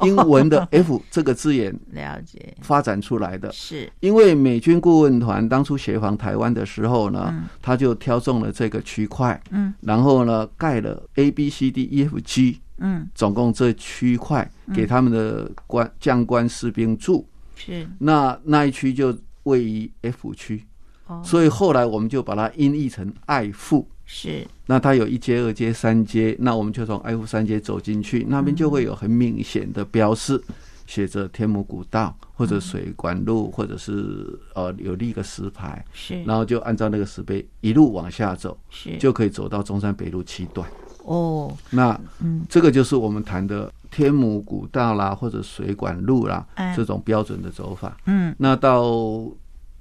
[SPEAKER 2] 英文的 F 这个字眼
[SPEAKER 1] 了解，
[SPEAKER 2] 发展出来的。
[SPEAKER 1] 是
[SPEAKER 2] 因为美军顾问团当初协防台湾的时候呢，他就挑中了这个区块，
[SPEAKER 1] 嗯，
[SPEAKER 2] 然后呢盖了 A B C D E F G，
[SPEAKER 1] 嗯
[SPEAKER 2] 总共这区块给他们的官将官士兵住。
[SPEAKER 1] 是
[SPEAKER 2] 那那一区就位于 F 区，
[SPEAKER 1] 哦
[SPEAKER 2] 所以后来我们就把它音译成爱富，
[SPEAKER 1] 是
[SPEAKER 2] 那它有一街、二街、三街，那我们就从爱护三街走进去，那边就会有很明显的标示，写着天母古道或者水管
[SPEAKER 1] 嗯
[SPEAKER 2] 路，或者是呃有立一个石牌，
[SPEAKER 1] 是
[SPEAKER 2] 然后就按照那个石碑一路往下走，
[SPEAKER 1] 是，
[SPEAKER 2] 就可以走到中山北路七段。
[SPEAKER 1] 哦，
[SPEAKER 2] 那
[SPEAKER 1] 嗯，
[SPEAKER 2] 这个就是我们谈的天母古道啦，或者水管路啦
[SPEAKER 1] 哎，
[SPEAKER 2] 这种标准的走法。
[SPEAKER 1] 嗯，
[SPEAKER 2] 那到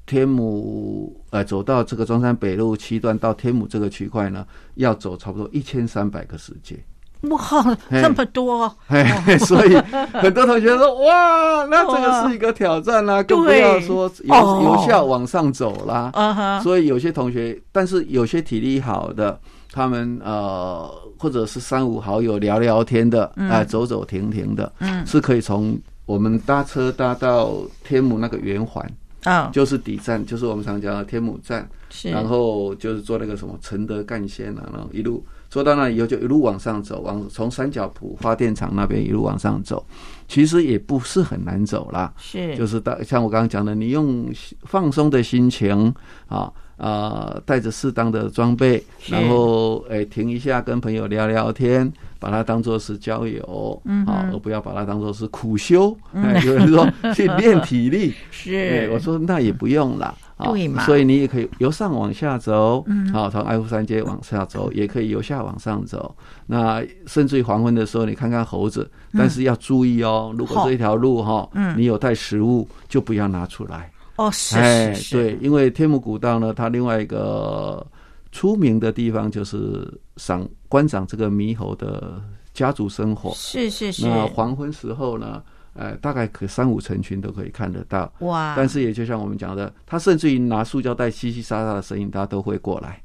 [SPEAKER 2] 天母呃，走到这个中山北路七段到天母这个区块呢，要走差不多一千三百个时间。
[SPEAKER 1] 哇，
[SPEAKER 2] 嘿
[SPEAKER 1] 这么多，
[SPEAKER 2] 哎，所以很多同学说哇，那这个是一个挑战啦、更不要说由
[SPEAKER 1] 哦
[SPEAKER 2] 由下往上走啦。
[SPEAKER 1] 嗯哼，
[SPEAKER 2] 所以有些同学，但是有些体力好的，他们呃，或者是三五好友聊聊天的，啊、走走停停的，
[SPEAKER 1] 嗯，
[SPEAKER 2] 是可以从我们搭车搭到天母那个圆环，
[SPEAKER 1] 嗯，
[SPEAKER 2] 就是底站，就是我们常讲的天母站，
[SPEAKER 1] 是，
[SPEAKER 2] 然后就是坐那个什么承德干线啊，然后一路坐到那以后就一路往上走，往从三角埔发电厂那边一路往上走，其实也不是很难走啦，
[SPEAKER 1] 是，
[SPEAKER 2] 就是大像我刚刚讲的，你用放松的心情啊啊，带着适当的装备，
[SPEAKER 1] 是
[SPEAKER 2] 然后诶、停一下跟朋友聊聊天，把它当做是交友，
[SPEAKER 1] 嗯
[SPEAKER 2] 啊
[SPEAKER 1] 哼，嗯
[SPEAKER 2] 而不要把它当做是苦修。 哎有人说去练体力，哎
[SPEAKER 1] 是，
[SPEAKER 2] 我说那也不用啦。啊
[SPEAKER 1] 嗯对嘛
[SPEAKER 2] 所以你也可以由上往下走，
[SPEAKER 1] 嗯
[SPEAKER 2] 啊，从爱护山街往下走，也可以由下往上走。那甚至于黄昏的时候，你看看猴子，但是要注意哦，如
[SPEAKER 1] 嗯
[SPEAKER 2] 果
[SPEAKER 1] 好
[SPEAKER 2] 这条路哈，
[SPEAKER 1] 嗯
[SPEAKER 2] 你有带食物就不要拿出来。
[SPEAKER 1] 哦，是
[SPEAKER 2] 哎
[SPEAKER 1] 是，是，
[SPEAKER 2] 对，因为天母古道呢，它另外一个出名的地方就是赏观赏这个猕猴的家族生活。
[SPEAKER 1] 是是是，
[SPEAKER 2] 那黄昏时候呢，呃，大概可三五成群都可以看得到。
[SPEAKER 1] 哇，
[SPEAKER 2] 但是也就像我们讲的，他甚至于拿塑胶袋稀稀沙沙的声音，他都会过 来，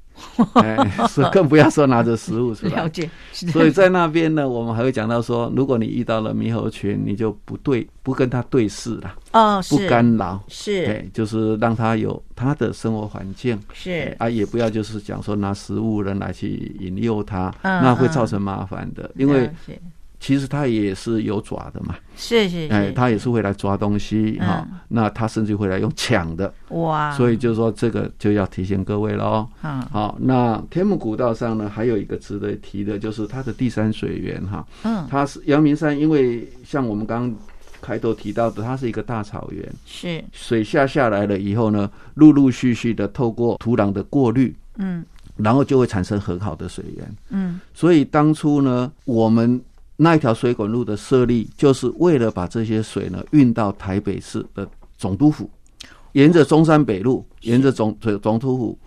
[SPEAKER 2] 哎，是更不要说拿着食物出来
[SPEAKER 1] 了。解，是的
[SPEAKER 2] 所以在那边呢，我们还会讲到说，如果你遇到了猕猴群，你就不对不跟它对视啦，
[SPEAKER 1] 哦，
[SPEAKER 2] 不
[SPEAKER 1] 是
[SPEAKER 2] 干扰，
[SPEAKER 1] 是
[SPEAKER 2] 哎，就是让它有它的生活环境，哎
[SPEAKER 1] 是
[SPEAKER 2] 啊，也不要就是讲说拿食物人来去引诱它，
[SPEAKER 1] 嗯
[SPEAKER 2] 那会
[SPEAKER 1] 嗯
[SPEAKER 2] 造成麻烦的，因为
[SPEAKER 1] 了解
[SPEAKER 2] 其实它也是有爪的嘛，
[SPEAKER 1] 是是
[SPEAKER 2] 哎，
[SPEAKER 1] 是，
[SPEAKER 2] 它也是会来抓东西哈
[SPEAKER 1] 嗯，
[SPEAKER 2] 那它甚至会来用抢的。
[SPEAKER 1] 哇，
[SPEAKER 2] 所
[SPEAKER 1] 以
[SPEAKER 2] 以就是说这个就要提醒各位喽。
[SPEAKER 1] 嗯
[SPEAKER 2] 好，那天母古道上呢，还有一个值得提的，就是它的第三水源哈，
[SPEAKER 1] 嗯
[SPEAKER 2] 它是阳明山，因为像我们刚刚开头提到的，它是一个大草原，
[SPEAKER 1] 是
[SPEAKER 2] 水下下来了以后呢，陆陆续续的透过土壤的过滤，
[SPEAKER 1] 嗯
[SPEAKER 2] 然后就会产生很好的水源。
[SPEAKER 1] 嗯
[SPEAKER 2] 所以当初呢，我们那一条水管路的设立，就是为了把这些水呢运到台北市的总督府，沿着中山北路，沿着总总总督府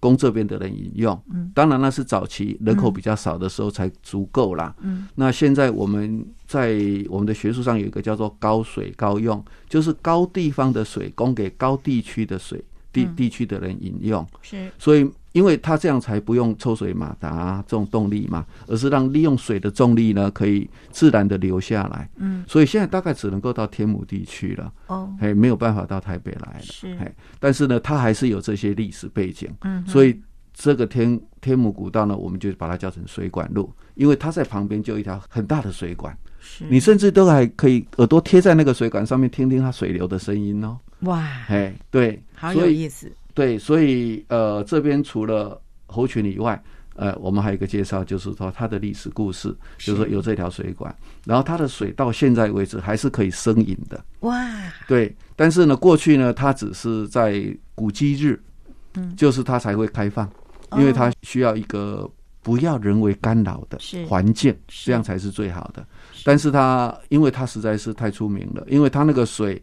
[SPEAKER 2] 供这边的人饮用。当然那是早期人口比较少的时候才足够啦。
[SPEAKER 1] 嗯，
[SPEAKER 2] 那现在我们在我们的学术上有一个叫做高水高用，就是高地方的水供给高地区的水地地区的人饮用。
[SPEAKER 1] 是
[SPEAKER 2] 所以因为它这样才不用抽水马达、这种动力嘛，而是让利用水的重力呢可以自然的流下来。
[SPEAKER 1] 嗯，
[SPEAKER 2] 所以现在大概只能够到天母地区了，
[SPEAKER 1] 哦
[SPEAKER 2] 哎，没有办法到台北来了。
[SPEAKER 1] 是
[SPEAKER 2] 哎，但是呢，它还是有这些历史背景，
[SPEAKER 1] 嗯哼
[SPEAKER 2] 所以这个天天母古道呢，我们就把它叫成水管路，因为它在旁边就有一条很大的水管，
[SPEAKER 1] 是
[SPEAKER 2] 你甚至都还可以耳朵贴在那个水管上面听听它水流的声音哦。
[SPEAKER 1] 哇，
[SPEAKER 2] 哎，对，
[SPEAKER 1] 好
[SPEAKER 2] 所
[SPEAKER 1] 有
[SPEAKER 2] 以
[SPEAKER 1] 意思，
[SPEAKER 2] 对，所以呃，这边除了猴群以外，呃，我们还有一个介绍，就是说它的历史故事，就是说有这条水管，然后它的水到现在为止还是可以生饮的，
[SPEAKER 1] 哇，
[SPEAKER 2] 对。但是呢，过去呢，它只是在古迹日，
[SPEAKER 1] 嗯
[SPEAKER 2] 就是它才会开放，因为它需要一个不要人为干扰的
[SPEAKER 1] 哦是
[SPEAKER 2] 环境，
[SPEAKER 1] 是
[SPEAKER 2] 这样才是最好的。但是它因为它实在是太出名了，因为它那个水，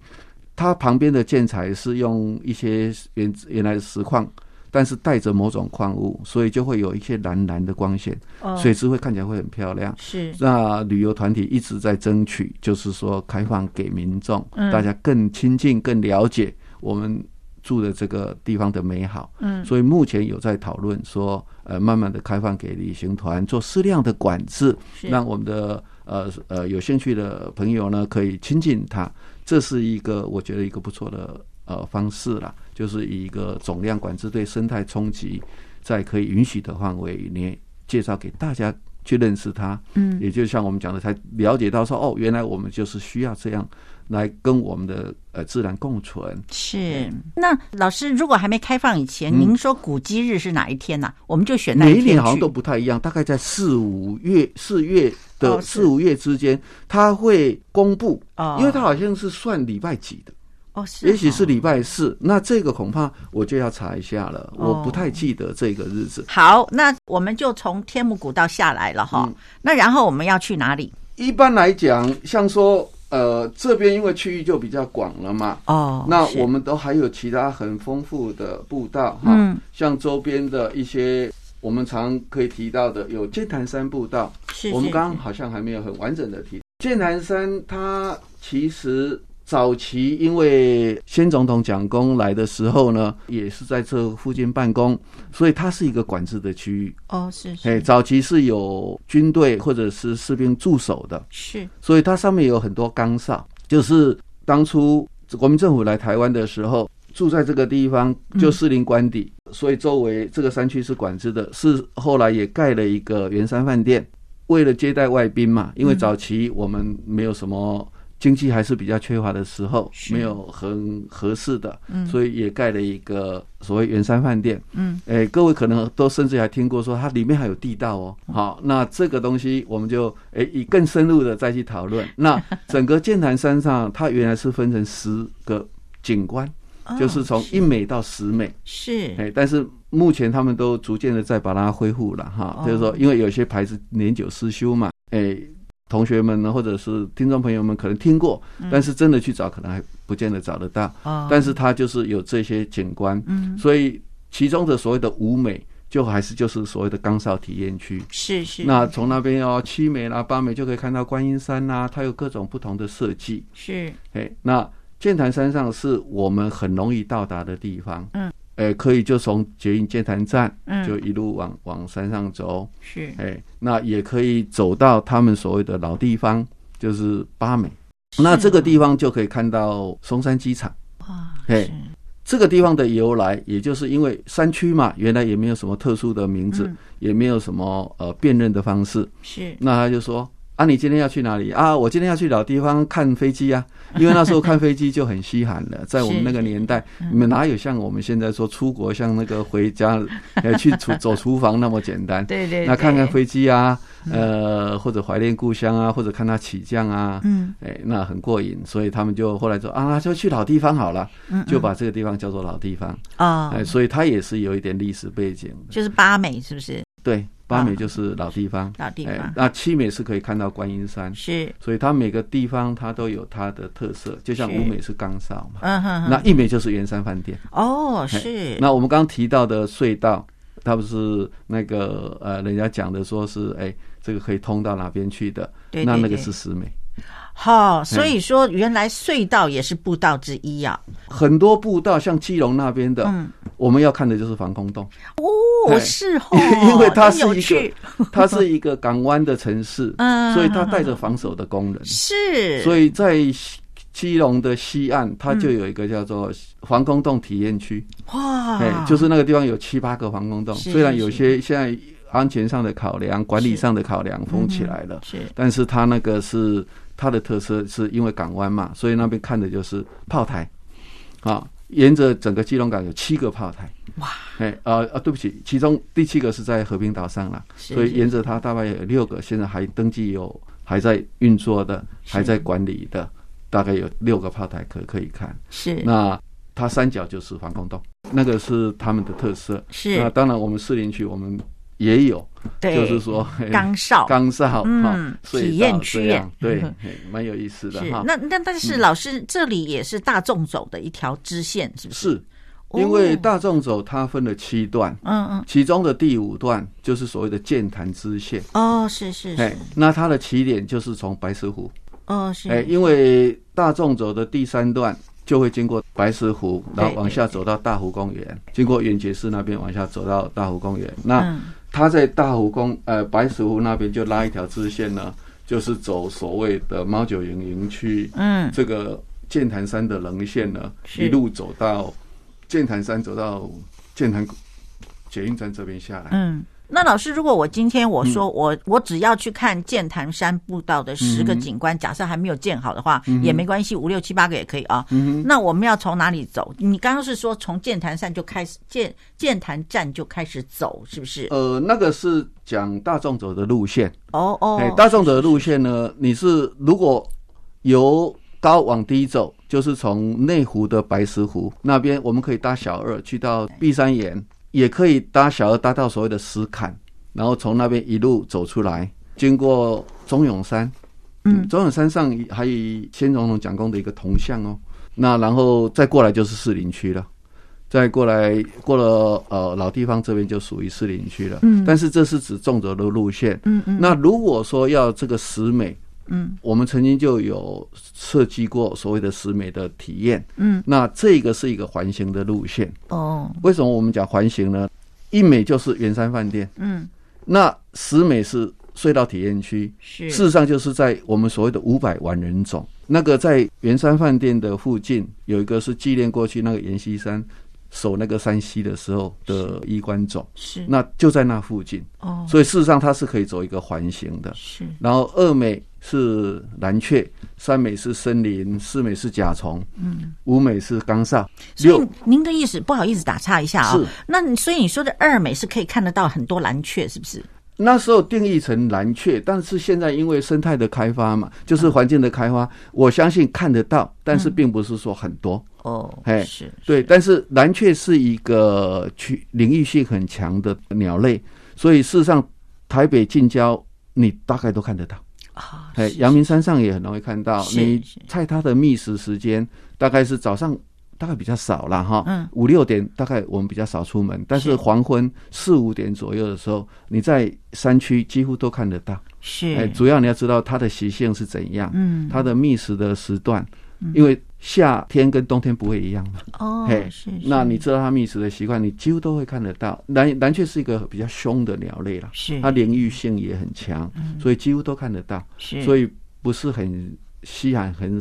[SPEAKER 2] 它旁边的建材是用一些原原来的石矿，但是带着某种矿物，所以就会有一些蓝蓝的光线，
[SPEAKER 1] 哦
[SPEAKER 2] 水质会看起来会很漂亮。
[SPEAKER 1] 是
[SPEAKER 2] 那旅游团体一直在争取，就是说开放给民众，
[SPEAKER 1] 嗯
[SPEAKER 2] 大家更亲近、更了解我们住的这个地方的美好。
[SPEAKER 1] 嗯
[SPEAKER 2] 所以目前有在讨论说，呃，慢慢的开放给旅行团做适量的管制，
[SPEAKER 1] 是
[SPEAKER 2] 让我们的呃呃有兴趣的朋友呢可以亲近它，这是一个我觉得一个不错的呃方式啦，就是以一个总量管制对生态冲击在可以允许的范围内介绍给大家去认识它。
[SPEAKER 1] 嗯，
[SPEAKER 2] 也就像我们讲的，才了解到说，哦，原来我们就是需要这样来跟我们的呃自然共存。哎
[SPEAKER 1] 是。那老师，如果还没开放以前，您说古鸡日是哪一天呢、我们就选那
[SPEAKER 2] 嗯每一
[SPEAKER 1] 天
[SPEAKER 2] 年好像
[SPEAKER 1] 去
[SPEAKER 2] 都不太一样，大概在四五月、四月的
[SPEAKER 1] 哦是
[SPEAKER 2] 四五月之间，它会公布，
[SPEAKER 1] 哦，
[SPEAKER 2] 因为它好像是算礼拜几的，
[SPEAKER 1] 哦是，
[SPEAKER 2] 也许是。礼拜四。那这个恐怕我就要查一下了，
[SPEAKER 1] 哦
[SPEAKER 2] 我不太记得这个日子。
[SPEAKER 1] 好，那我们就从天目古道下来了哈。
[SPEAKER 2] 嗯
[SPEAKER 1] 那然后我们要去哪里？
[SPEAKER 2] 一般来讲，像说呃这边因为区域就比较广了嘛，
[SPEAKER 1] 哦，
[SPEAKER 2] 那
[SPEAKER 1] 是
[SPEAKER 2] 我们都还有其他很丰富的步道哈，
[SPEAKER 1] 嗯
[SPEAKER 2] 像周边的一些我们常可以提到的有剑潭山步道，
[SPEAKER 1] 是
[SPEAKER 2] 我们
[SPEAKER 1] 是
[SPEAKER 2] 刚
[SPEAKER 1] 是
[SPEAKER 2] 刚好像还没有很完整的提。剑潭山它其实早期因为先总统蒋公来的时候呢，也是在这附近办公，所以它是一个管制的区域。
[SPEAKER 1] 哦是
[SPEAKER 2] 哎，
[SPEAKER 1] 是
[SPEAKER 2] 早期是有军队或者是士兵驻守的，
[SPEAKER 1] 是
[SPEAKER 2] 所以它上面有很多岗哨，就是当初国民政府来台湾的时候，住在这个地方
[SPEAKER 1] 嗯
[SPEAKER 2] 就士林官邸，所以周围这个山区是管制的，是后来也盖了一个圆山饭店，为了接待外宾嘛，因为早期我们没有什么。经济还是比较缺乏的时候，
[SPEAKER 1] 是
[SPEAKER 2] 没有很合适的，
[SPEAKER 1] 嗯
[SPEAKER 2] 所以也盖了一个所谓圆山饭店。
[SPEAKER 1] 嗯
[SPEAKER 2] 哎、各位可能都甚至还听过说它里面还有地道哦。好，那这个东西我们就哎、以更深入的再去讨论。那整个剑潭山上，它原来是分成十个景观，
[SPEAKER 1] 哦
[SPEAKER 2] 就是从一美到十美。
[SPEAKER 1] 是
[SPEAKER 2] 哎、但是目前他们都逐渐的在把它恢复了哈，
[SPEAKER 1] 哦
[SPEAKER 2] 就是说，因为有些牌子年久失修嘛，哎、同学们呢，或者是听众朋友们可能听过，但是真的去找可能还不见得找得到。
[SPEAKER 1] 嗯哦
[SPEAKER 2] 但是它就是有这些景观，
[SPEAKER 1] 嗯
[SPEAKER 2] 所以其中的所谓的五美，就还是就是所谓的冈哨体验区。
[SPEAKER 1] 是是
[SPEAKER 2] 那从那边哦，七美啦、八美就可以看到观音山啦、它有各种不同的设计。
[SPEAKER 1] 是
[SPEAKER 2] 哎，那剑潭山上是我们很容易到达的地方。
[SPEAKER 1] 嗯，
[SPEAKER 2] 哎，可以就从捷运剑潭站
[SPEAKER 1] 嗯
[SPEAKER 2] 就一路往往山上走。
[SPEAKER 1] 是
[SPEAKER 2] 哎，那也可以走到他们所谓的老地方，就是八美。那这个地方就可以看到松山机场。
[SPEAKER 1] 哇
[SPEAKER 2] 嘿
[SPEAKER 1] 是嗯
[SPEAKER 2] 这个地方的由来，也就是因为山区嘛，原来也没有什么特殊的名字，
[SPEAKER 1] 嗯
[SPEAKER 2] 也没有什么呃辨认的方式。
[SPEAKER 1] 是
[SPEAKER 2] 那他就说：“啊，你今天要去哪里啊？我今天要去老地方看飞 机啊，因为那时候看飞机就很稀罕了，在我们那个年代，
[SPEAKER 1] 嗯
[SPEAKER 2] 你们哪有像我们现在说出国像那个 回家呃去厨走厨房那么简单？
[SPEAKER 1] 对对
[SPEAKER 2] 那看看
[SPEAKER 1] 对
[SPEAKER 2] 飞机啊，呃，或者怀念故乡啊，或者看它起降啊，
[SPEAKER 1] 嗯
[SPEAKER 2] 哎，那很过瘾，所以他们就后来说啊，就去老地方好了，就把这个地方叫做老地方。
[SPEAKER 1] 嗯哦
[SPEAKER 2] 哎，所以它也是有一点历史背景的。
[SPEAKER 1] 就是八美是不是
[SPEAKER 2] 对，八
[SPEAKER 1] 啊
[SPEAKER 2] 美就是老地方，
[SPEAKER 1] 老地
[SPEAKER 2] 哎
[SPEAKER 1] 方，
[SPEAKER 2] 那七美是可以看到观音山，
[SPEAKER 1] 是
[SPEAKER 2] 所以它每个地方它都有它的特色，就像
[SPEAKER 1] 是
[SPEAKER 2] 五美是冈哨嘛，
[SPEAKER 1] 嗯哼
[SPEAKER 2] 那
[SPEAKER 1] 哼
[SPEAKER 2] 一美就是圆山饭店。
[SPEAKER 1] 哦是
[SPEAKER 2] 那我们刚刚提到的隧道，它不是那个呃，人家讲的说是哎，这个可以通到哪边去的？
[SPEAKER 1] 对
[SPEAKER 2] 那
[SPEAKER 1] 对
[SPEAKER 2] 那个
[SPEAKER 1] 对
[SPEAKER 2] 是十美。
[SPEAKER 1] 好，所以说原来隧道也是步道之一啊
[SPEAKER 2] 很多步道，像基隆那边的，
[SPEAKER 1] 嗯
[SPEAKER 2] 我们要看的就是防 空洞，
[SPEAKER 1] 哦
[SPEAKER 2] 哎
[SPEAKER 1] 是哦
[SPEAKER 2] 因为它
[SPEAKER 1] 真
[SPEAKER 2] 是
[SPEAKER 1] 有
[SPEAKER 2] 一
[SPEAKER 1] 趣
[SPEAKER 2] 个，它是一个港湾的城市，
[SPEAKER 1] 嗯
[SPEAKER 2] 所以它带着防守的功能，
[SPEAKER 1] 是
[SPEAKER 2] 所以在西基隆的西岸，它就有一个叫做防空洞体验区，
[SPEAKER 1] 哇
[SPEAKER 2] 哎，就是那个地方有七八个防空洞，
[SPEAKER 1] 嗯啊是
[SPEAKER 2] 虽然
[SPEAKER 1] 是
[SPEAKER 2] 有些现在安全上的考量、管理上的考量封起来了，
[SPEAKER 1] 是嗯
[SPEAKER 2] 但是它那个是它的特色，是因为港湾嘛，所以那边看的就是炮台，啊，沿着整个基隆港有七个炮台。
[SPEAKER 1] 哇！
[SPEAKER 2] 哎，呃啊，对不起，其中第七个是在和平岛上了，
[SPEAKER 1] 是
[SPEAKER 2] 所以
[SPEAKER 1] 是
[SPEAKER 2] 沿着它大概有六个，现在还登记有还在运作的，还在管理的，大概有六个炮台可可以看。
[SPEAKER 1] 是
[SPEAKER 2] 那它三角就是防空洞，那个是他们的特色。那
[SPEAKER 1] 是
[SPEAKER 2] 当然，我们士林区我们也有，
[SPEAKER 1] 对
[SPEAKER 2] 就是说嘿
[SPEAKER 1] 岗哨
[SPEAKER 2] 岗哨
[SPEAKER 1] 嗯
[SPEAKER 2] 哈，隧道
[SPEAKER 1] 体验区
[SPEAKER 2] 这样
[SPEAKER 1] 耶
[SPEAKER 2] 对，嘿蛮有意思的
[SPEAKER 1] 是
[SPEAKER 2] 哈。嗯
[SPEAKER 1] 那那但是老师这里也是大众走的一条支线，是不是？
[SPEAKER 2] 是因为
[SPEAKER 1] 哦
[SPEAKER 2] 大众走它分了七段，
[SPEAKER 1] 嗯嗯
[SPEAKER 2] 其中的第五段就是所谓的剑潭支线。
[SPEAKER 1] 哦是是
[SPEAKER 2] 哎
[SPEAKER 1] 是，
[SPEAKER 2] 那它的起点就是从白石湖，
[SPEAKER 1] 哦是
[SPEAKER 2] 哎，因为大众走的第三段就会经过白石湖，
[SPEAKER 1] 对
[SPEAKER 2] 然后往下走到大湖公园，经过远觉寺那边往下走到大湖公园。那
[SPEAKER 1] 嗯
[SPEAKER 2] 它在大湖公呃白石湖那边就拉一条支线呢，就是走所谓的猫九营营区
[SPEAKER 1] 嗯
[SPEAKER 2] 这个剑潭山的棱线呢，
[SPEAKER 1] 是
[SPEAKER 2] 一路走到剑潭山，走到剑潭捷运站这边下来。
[SPEAKER 1] 嗯那老师，如果我今天我
[SPEAKER 2] 嗯
[SPEAKER 1] 说我、我只要去看剑潭山步道的十
[SPEAKER 2] 嗯
[SPEAKER 1] 个景观，假设还没有建好的话，也没关系，五六七八个也可以啊。
[SPEAKER 2] 嗯
[SPEAKER 1] 那我们要从哪里走？你刚刚是说从剑潭山就开始剑剑潭站就开始走，是不是？
[SPEAKER 2] 呃，那个是讲大众走的路线。
[SPEAKER 1] 哦哦，
[SPEAKER 2] 哎、大众走的路线呢，你是如果由高往低走，就是从内湖的白石湖那边，我们可以搭小二去到碧山岩，也可以搭小二搭到所谓的石坎，然后从那边一路走出来，经过中永山，嗯，中永山上还有先总统蒋公的一个铜像哦，那然后再过来就是士林区了。再过来，过了呃老地方这边就属于士林区了。嗯，但是这是指纵轴的路线。嗯嗯。那如果说要这个十美，嗯，我们曾经就有设计过所谓的十美的体验。嗯，那这个是一个环形的路线。
[SPEAKER 1] 哦，
[SPEAKER 2] 为什么我们讲环形呢？一美就是圆山饭店，
[SPEAKER 1] 嗯，
[SPEAKER 2] 那十美是隧道体验区，
[SPEAKER 1] 是
[SPEAKER 2] 事实上就是在我们所谓的五百万人种，那个在圆山饭店的附近有一个是纪念过去那个阎锡山守那个山西的时候的衣冠冢，
[SPEAKER 1] 是
[SPEAKER 2] 那就在那附近，
[SPEAKER 1] 嗯哦
[SPEAKER 2] 所以事实上它是可以走一个环形的。
[SPEAKER 1] 是
[SPEAKER 2] 然后二美是蓝雀，三美是森林，四美是甲虫，嗯，五美是冈萨，
[SPEAKER 1] 所
[SPEAKER 2] 六
[SPEAKER 1] 以您的意思，不好意思打岔一下啊、
[SPEAKER 2] 是
[SPEAKER 1] 那你所以你说的二美是可以看得到很多蓝雀，是不是？
[SPEAKER 2] 那时候定义成蓝雀，但是现在因为生态的开发嘛，
[SPEAKER 1] 嗯
[SPEAKER 2] 就是环境的开发，我相信看得到，但是并不是说很多。
[SPEAKER 1] 哦，
[SPEAKER 2] 嘿
[SPEAKER 1] 是
[SPEAKER 2] 对，但是蓝雀是一个区领域性很强的鸟类，所以事实上台北近郊你大概都看得到。
[SPEAKER 1] 啊，
[SPEAKER 2] 哎，
[SPEAKER 1] 是
[SPEAKER 2] 阳明山上也很容易看到。
[SPEAKER 1] 是
[SPEAKER 2] 你
[SPEAKER 1] 是
[SPEAKER 2] 在它的觅食时间大概是早上，大概比较少啦，哈，
[SPEAKER 1] 嗯，
[SPEAKER 2] 五六点大概我们比较少出门，但
[SPEAKER 1] 是
[SPEAKER 2] 是黄昏四五点左右的时候，你在山区几乎都看得到。
[SPEAKER 1] 是、
[SPEAKER 2] 哎，主要你要知道它的习性是怎样，
[SPEAKER 1] 嗯，
[SPEAKER 2] 它的觅食的时段，因为夏天跟冬天不会一样嘛。
[SPEAKER 1] 哦
[SPEAKER 2] 嘿，
[SPEAKER 1] 是，
[SPEAKER 2] 那
[SPEAKER 1] 是
[SPEAKER 2] 你知道它觅食的习惯，你几乎都会看得到。蓝蓝雀是一个比较凶的鸟类啦，
[SPEAKER 1] 是嗯
[SPEAKER 2] 它领域性也很强，所以几乎都看得到。
[SPEAKER 1] 是，
[SPEAKER 2] 所
[SPEAKER 1] 以
[SPEAKER 2] 以不是很稀罕、很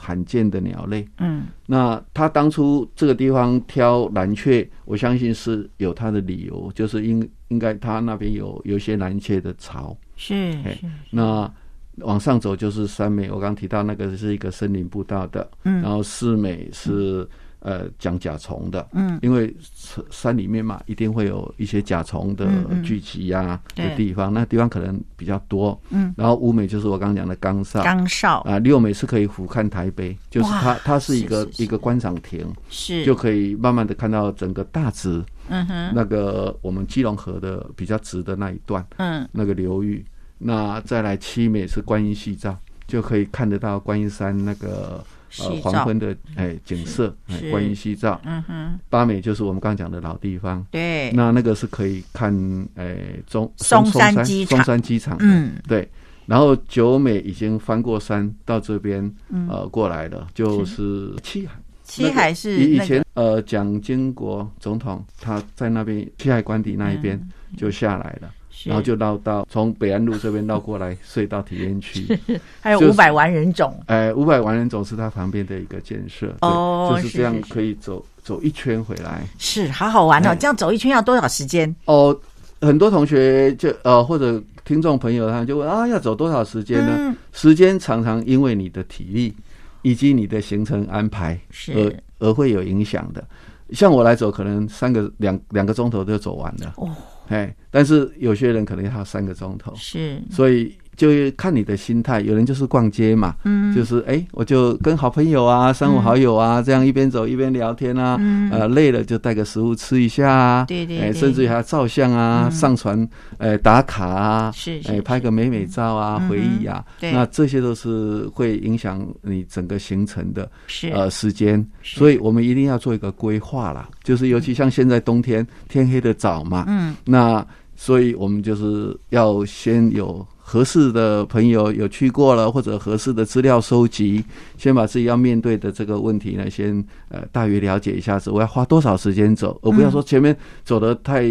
[SPEAKER 2] 罕见的鸟类。
[SPEAKER 1] 嗯
[SPEAKER 2] 那他当初这个地方挑蓝雀，我相信是有他的理由，就是应应该他那边有有一些蓝雀的巢。
[SPEAKER 1] 是
[SPEAKER 2] 嘿
[SPEAKER 1] 是
[SPEAKER 2] 那往上走就是三美，我刚提到那个是一个森林步道的，
[SPEAKER 1] 嗯
[SPEAKER 2] 然后四美是呃讲甲虫的，
[SPEAKER 1] 嗯，
[SPEAKER 2] 因为山山里面嘛，一定会有一些甲虫的
[SPEAKER 1] 嗯嗯
[SPEAKER 2] 聚集呀、
[SPEAKER 1] 对
[SPEAKER 2] 的地方，那地方可能比较多，
[SPEAKER 1] 嗯，
[SPEAKER 2] 然后五美就是我刚刚讲的冈上，
[SPEAKER 1] 岗哨
[SPEAKER 2] 啊，六美是可以俯瞰台北，就是
[SPEAKER 1] 哇
[SPEAKER 2] 它它是一个
[SPEAKER 1] 是是是
[SPEAKER 2] 一个观赏亭，
[SPEAKER 1] 是
[SPEAKER 2] 就可以慢慢的看到整个大直、
[SPEAKER 1] 嗯哼
[SPEAKER 2] 那个我们基隆河的比较直的那一段
[SPEAKER 1] 嗯
[SPEAKER 2] 那个流域。那再来七美是观音戏照，就可以看得到观音山那个呃
[SPEAKER 1] 夕
[SPEAKER 2] 黄
[SPEAKER 1] 照嗯
[SPEAKER 2] 昏的哎景色，哎
[SPEAKER 1] 是
[SPEAKER 2] 观音戏照。
[SPEAKER 1] 嗯哼
[SPEAKER 2] 八美就是我们刚刚讲的老地方，
[SPEAKER 1] 对
[SPEAKER 2] 那那个是可以看哎中
[SPEAKER 1] 松山
[SPEAKER 2] 山
[SPEAKER 1] 机
[SPEAKER 2] 松
[SPEAKER 1] 场
[SPEAKER 2] 山机场的
[SPEAKER 1] 嗯
[SPEAKER 2] 对，然后九美已经翻过山到这边，
[SPEAKER 1] 嗯
[SPEAKER 2] 呃，过来了，就是七海。
[SPEAKER 1] 七海是
[SPEAKER 2] 以以
[SPEAKER 1] 那
[SPEAKER 2] 前
[SPEAKER 1] 个
[SPEAKER 2] 呃，蒋经国总统他在那边七海官邸那一边就下来了，
[SPEAKER 1] 嗯是
[SPEAKER 2] 然后就绕到从北安路这边绕过来 隧道体验区。
[SPEAKER 1] 还有
[SPEAKER 2] 就
[SPEAKER 1] 五
[SPEAKER 2] 是
[SPEAKER 1] 百万人种
[SPEAKER 2] 哎，五百万人总是他旁边的一个建设，对
[SPEAKER 1] 哦
[SPEAKER 2] 就是
[SPEAKER 1] 是
[SPEAKER 2] 这样
[SPEAKER 1] 是是
[SPEAKER 2] 可以走走一圈回来。
[SPEAKER 1] 是好好玩哦，
[SPEAKER 2] 哎
[SPEAKER 1] 这样走一圈要多少时间？
[SPEAKER 2] 哦，很多同学就呃或者听众朋友他们就问啊，要走多少时间呢？呃
[SPEAKER 1] 嗯
[SPEAKER 2] 时间常常因为你的体力以及你的行程安排而
[SPEAKER 1] 是
[SPEAKER 2] 而会有影响的。像我来走，可能三个两两个钟头就走完了，
[SPEAKER 1] 哦
[SPEAKER 2] 哎，但是有些人可能要三个钟头，
[SPEAKER 1] 是
[SPEAKER 2] 所以就看你的心态。有人就是逛街嘛，
[SPEAKER 1] 嗯
[SPEAKER 2] 就是哎、我就跟好朋友啊、三五好友啊、这样一边走一边聊天啊，呃，累了就带个食物吃一下啊，
[SPEAKER 1] 嗯对对嗯
[SPEAKER 2] 哎
[SPEAKER 1] 对
[SPEAKER 2] 甚至于还要照相啊、上传呃打卡啊，
[SPEAKER 1] 是是嗯
[SPEAKER 2] 哎、拍个美美照啊、回忆啊，
[SPEAKER 1] 对
[SPEAKER 2] 那这些都是会影响你整个行程的
[SPEAKER 1] 是
[SPEAKER 2] 呃时间，
[SPEAKER 1] 是
[SPEAKER 2] 所以我们一定要做一个规划啦。就是尤其像现在冬天天黑的早嘛，
[SPEAKER 1] 嗯，
[SPEAKER 2] 那所以我们就是要先有合适的朋友有去过了，或者合适的资料收集，先把自己要面对的这个问题呢，
[SPEAKER 1] 嗯
[SPEAKER 2] 先呃大约了解一下子，我要花多少时间走，而不要说前面走的太。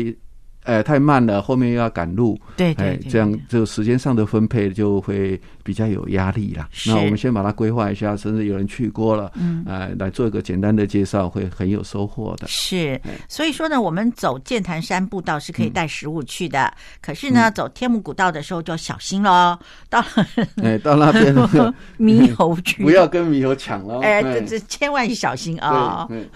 [SPEAKER 2] 呃太慢了，后面又要赶路，
[SPEAKER 1] 对
[SPEAKER 2] 哎
[SPEAKER 1] 对，对，
[SPEAKER 2] 这样
[SPEAKER 1] 对
[SPEAKER 2] 就时间上的分配就会比较有压力啦。
[SPEAKER 1] 是
[SPEAKER 2] 那我们先把它规划一下，甚至有人去过了，
[SPEAKER 1] 嗯，
[SPEAKER 2] 哎，来做一个简单的介绍，会很有收获的。
[SPEAKER 1] 是，
[SPEAKER 2] 哎
[SPEAKER 1] 所以说呢，我们走剑潭山步道是可以
[SPEAKER 2] 嗯
[SPEAKER 1] 带食物去的，可是呢，走天母古道的时候就小心喽， 到了
[SPEAKER 2] 哎，到那 边
[SPEAKER 1] 猕猴去，
[SPEAKER 2] 不要跟猕猴抢了。
[SPEAKER 1] 哎，这这千万小心啊、
[SPEAKER 2] 对，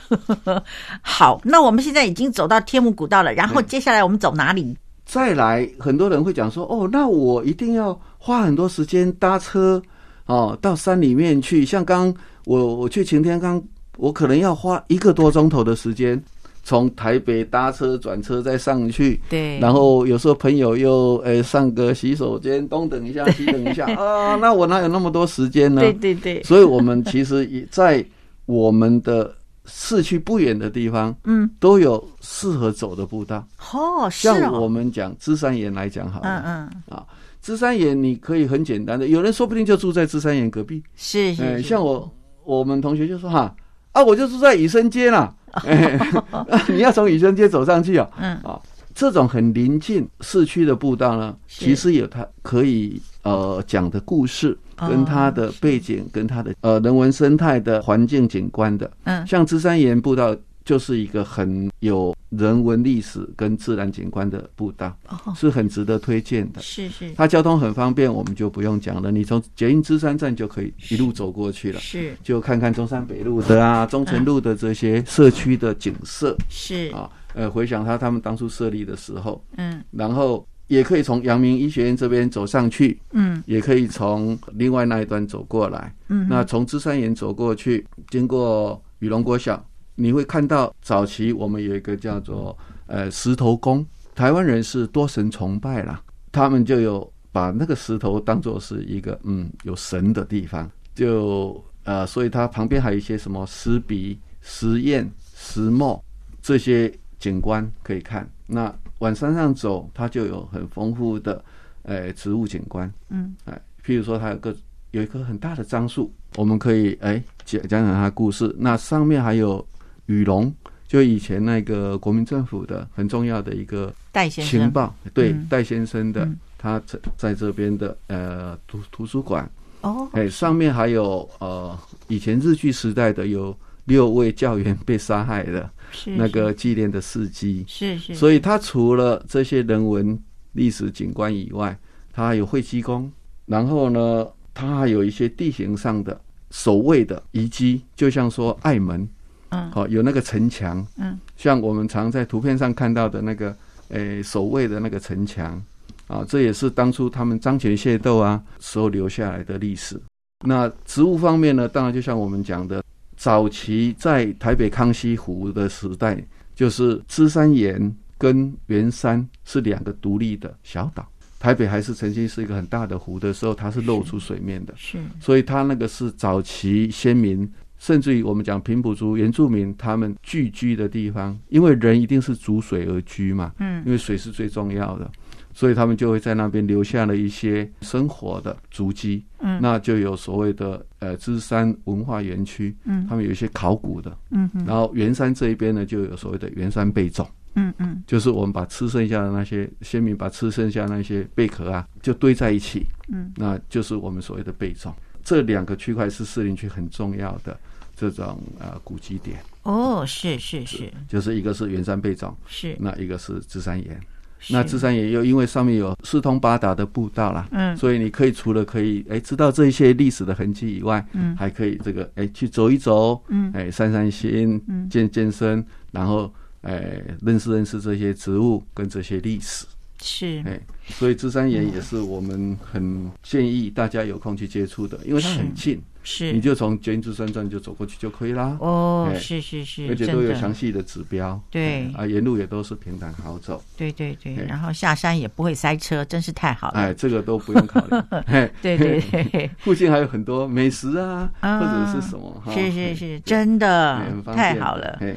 [SPEAKER 2] 嗯
[SPEAKER 1] 好，那我们现在已经走到天母古道了，然后
[SPEAKER 2] 嗯
[SPEAKER 1] 接下来我们走哪里？
[SPEAKER 2] 再来，很多人会讲说，哦，那我一定要花很多时间搭车哦，到山里面去。像刚我我去擎天岗，我可能要花一个多钟头的时间，从台北搭车转车再上去。
[SPEAKER 1] 对
[SPEAKER 2] 然后有时候朋友又呃上个洗手间，东等一下西等一 下啊，那我哪有那么多时间呢？
[SPEAKER 1] 对对对，
[SPEAKER 2] 所以我们其实也在我们的市区不远的地方
[SPEAKER 1] 嗯，
[SPEAKER 2] 都有适合走的步道。
[SPEAKER 1] 哦，是
[SPEAKER 2] 像我
[SPEAKER 1] 哦，
[SPEAKER 2] 们讲芝山岩来讲好
[SPEAKER 1] 嗯
[SPEAKER 2] 了，
[SPEAKER 1] 嗯，
[SPEAKER 2] 芝山岩你可以很简单的，有人说不定就住在芝山岩隔壁。
[SPEAKER 1] 是是
[SPEAKER 2] 哎，
[SPEAKER 1] 是
[SPEAKER 2] 像我我们同学就说哈啊，我就住在雨生 街啦。哎 你要从雨生街走上去啊，
[SPEAKER 1] 嗯
[SPEAKER 2] 啊，这种很临近市区的步道呢，
[SPEAKER 1] 是
[SPEAKER 2] 其实有它可以呃讲的故事，
[SPEAKER 1] 哦
[SPEAKER 2] 跟它的背景，跟它的呃人文生态的环境景观的。
[SPEAKER 1] 嗯，
[SPEAKER 2] 像芝山岩步道就是一个很有人文历史跟自然景观的步道，
[SPEAKER 1] 哦，
[SPEAKER 2] 是很值得推荐的。
[SPEAKER 1] 是是
[SPEAKER 2] 它交通很方便，我们就不用讲了，你从捷运芝山站就可以一路走过去了。
[SPEAKER 1] 是
[SPEAKER 2] 就看看中山北路的啊、中城路的这些社区的景色
[SPEAKER 1] 是，
[SPEAKER 2] 啊，呃，回想他他们当初设立的时候，
[SPEAKER 1] 嗯
[SPEAKER 2] 然后也可以从阳明医学院这边走上去，
[SPEAKER 1] 嗯
[SPEAKER 2] 也可以从另外那一端走过来。
[SPEAKER 1] 嗯，
[SPEAKER 2] 那从芝山岩走过去，经过雨龙国小，你会看到早期我们有一个叫做呃石头宫，台湾人是多神崇拜啦，他们就有把那个石头当做是一个嗯有神的地方，就呃，所以它旁边还有一些什么石鼻、石砚、石墨这些景观可以看。那往山上走，它就有很丰富的呃植物景观，
[SPEAKER 1] 嗯
[SPEAKER 2] 哎，譬如说它有个有一棵很大的樟树，我们可以哎讲讲讲它的故事。那上面还有雨龙，就以前那个国民政府的很重要的一个
[SPEAKER 1] 戴先
[SPEAKER 2] 情
[SPEAKER 1] 生，
[SPEAKER 2] 报，对
[SPEAKER 1] 嗯
[SPEAKER 2] 戴先生的
[SPEAKER 1] 嗯，
[SPEAKER 2] 他在在这边的呃图图书馆，
[SPEAKER 1] 哦，
[SPEAKER 2] 哎，上面还有呃以前日据时代的有六位教员被杀害的
[SPEAKER 1] 是
[SPEAKER 2] 那个纪念的事迹，
[SPEAKER 1] 是是，
[SPEAKER 2] 所以它除了这些人文历史景观以外，它还有会稽宫，然后呢，它还有一些地形上的守卫的遗迹，就像说爱门，
[SPEAKER 1] 嗯
[SPEAKER 2] 好、有那个城墙，
[SPEAKER 1] 嗯，
[SPEAKER 2] 像我们常在图片上看到的那个，诶、守卫的那个城墙，啊，这也是当初他们张权械斗啊时候留下来的历史。那植物方面呢，当然就像我们讲的，早期在台北康熙湖的时代，就是芝山岩跟圆山是两个独立的小岛。台北还是曾经是一个很大的湖的时候，它是露出水面的，
[SPEAKER 1] 是
[SPEAKER 2] 所以它那个是早期先民，甚至于我们讲平埔族原住民他们聚居的地方，因为人一定是逐水而居嘛，
[SPEAKER 1] 嗯
[SPEAKER 2] 因为水是最重要的，所以他们就会在那边留下了一些生活的足迹。
[SPEAKER 1] 嗯
[SPEAKER 2] 那就有所谓的呃芝山文化园区，
[SPEAKER 1] 嗯
[SPEAKER 2] 他们有一些考古的，
[SPEAKER 1] 嗯嗯
[SPEAKER 2] 然后圆山这一边呢就有所谓的圆山贝种。
[SPEAKER 1] 嗯嗯
[SPEAKER 2] 就是我们把吃剩下的那些先民把吃剩下的那些贝壳啊，就堆在一起，
[SPEAKER 1] 嗯，
[SPEAKER 2] 那就是我们所谓的贝种。这两个区块是士林区很重要的这种呃古迹点，
[SPEAKER 1] 哦，是是是
[SPEAKER 2] 就是一个是圆山贝种，
[SPEAKER 1] 是，
[SPEAKER 2] 那一个是芝山岩。
[SPEAKER 1] 是
[SPEAKER 2] 那芝山岩又因为上面有四通八达的步道啦，
[SPEAKER 1] 嗯
[SPEAKER 2] 所以你可以除了可以哎知道这些历史的痕迹以外，
[SPEAKER 1] 嗯
[SPEAKER 2] 还可以这个哎去走一走，
[SPEAKER 1] 嗯
[SPEAKER 2] 哎散散心，
[SPEAKER 1] 嗯
[SPEAKER 2] 健健身，然后哎认识认识这些植物跟这些历史，
[SPEAKER 1] 是
[SPEAKER 2] 哎，所以芝山岩
[SPEAKER 1] 嗯
[SPEAKER 2] 也是我们很建议大家有空去接触的，因为它
[SPEAKER 1] 是
[SPEAKER 2] 很近，你
[SPEAKER 1] 是
[SPEAKER 2] 就从捷运芝山站就走过去就可以啦，
[SPEAKER 1] 哦，
[SPEAKER 2] 哎
[SPEAKER 1] 是是是，
[SPEAKER 2] 而且
[SPEAKER 1] 真
[SPEAKER 2] 都有
[SPEAKER 1] 的
[SPEAKER 2] 详细的指标，
[SPEAKER 1] 对
[SPEAKER 2] 哎啊，沿路也都是平坦好走，
[SPEAKER 1] 对对对，
[SPEAKER 2] 哎
[SPEAKER 1] 然后下山也不会塞车，真是太好了
[SPEAKER 2] 哎，。这个都不用考 虑，嘿
[SPEAKER 1] 对对 对，
[SPEAKER 2] 附近还有很多美食啊，
[SPEAKER 1] 啊
[SPEAKER 2] 或者是什么哈，
[SPEAKER 1] 是是
[SPEAKER 2] 嘿
[SPEAKER 1] 是，真的
[SPEAKER 2] 哎很方便
[SPEAKER 1] 太好了。
[SPEAKER 2] 嘿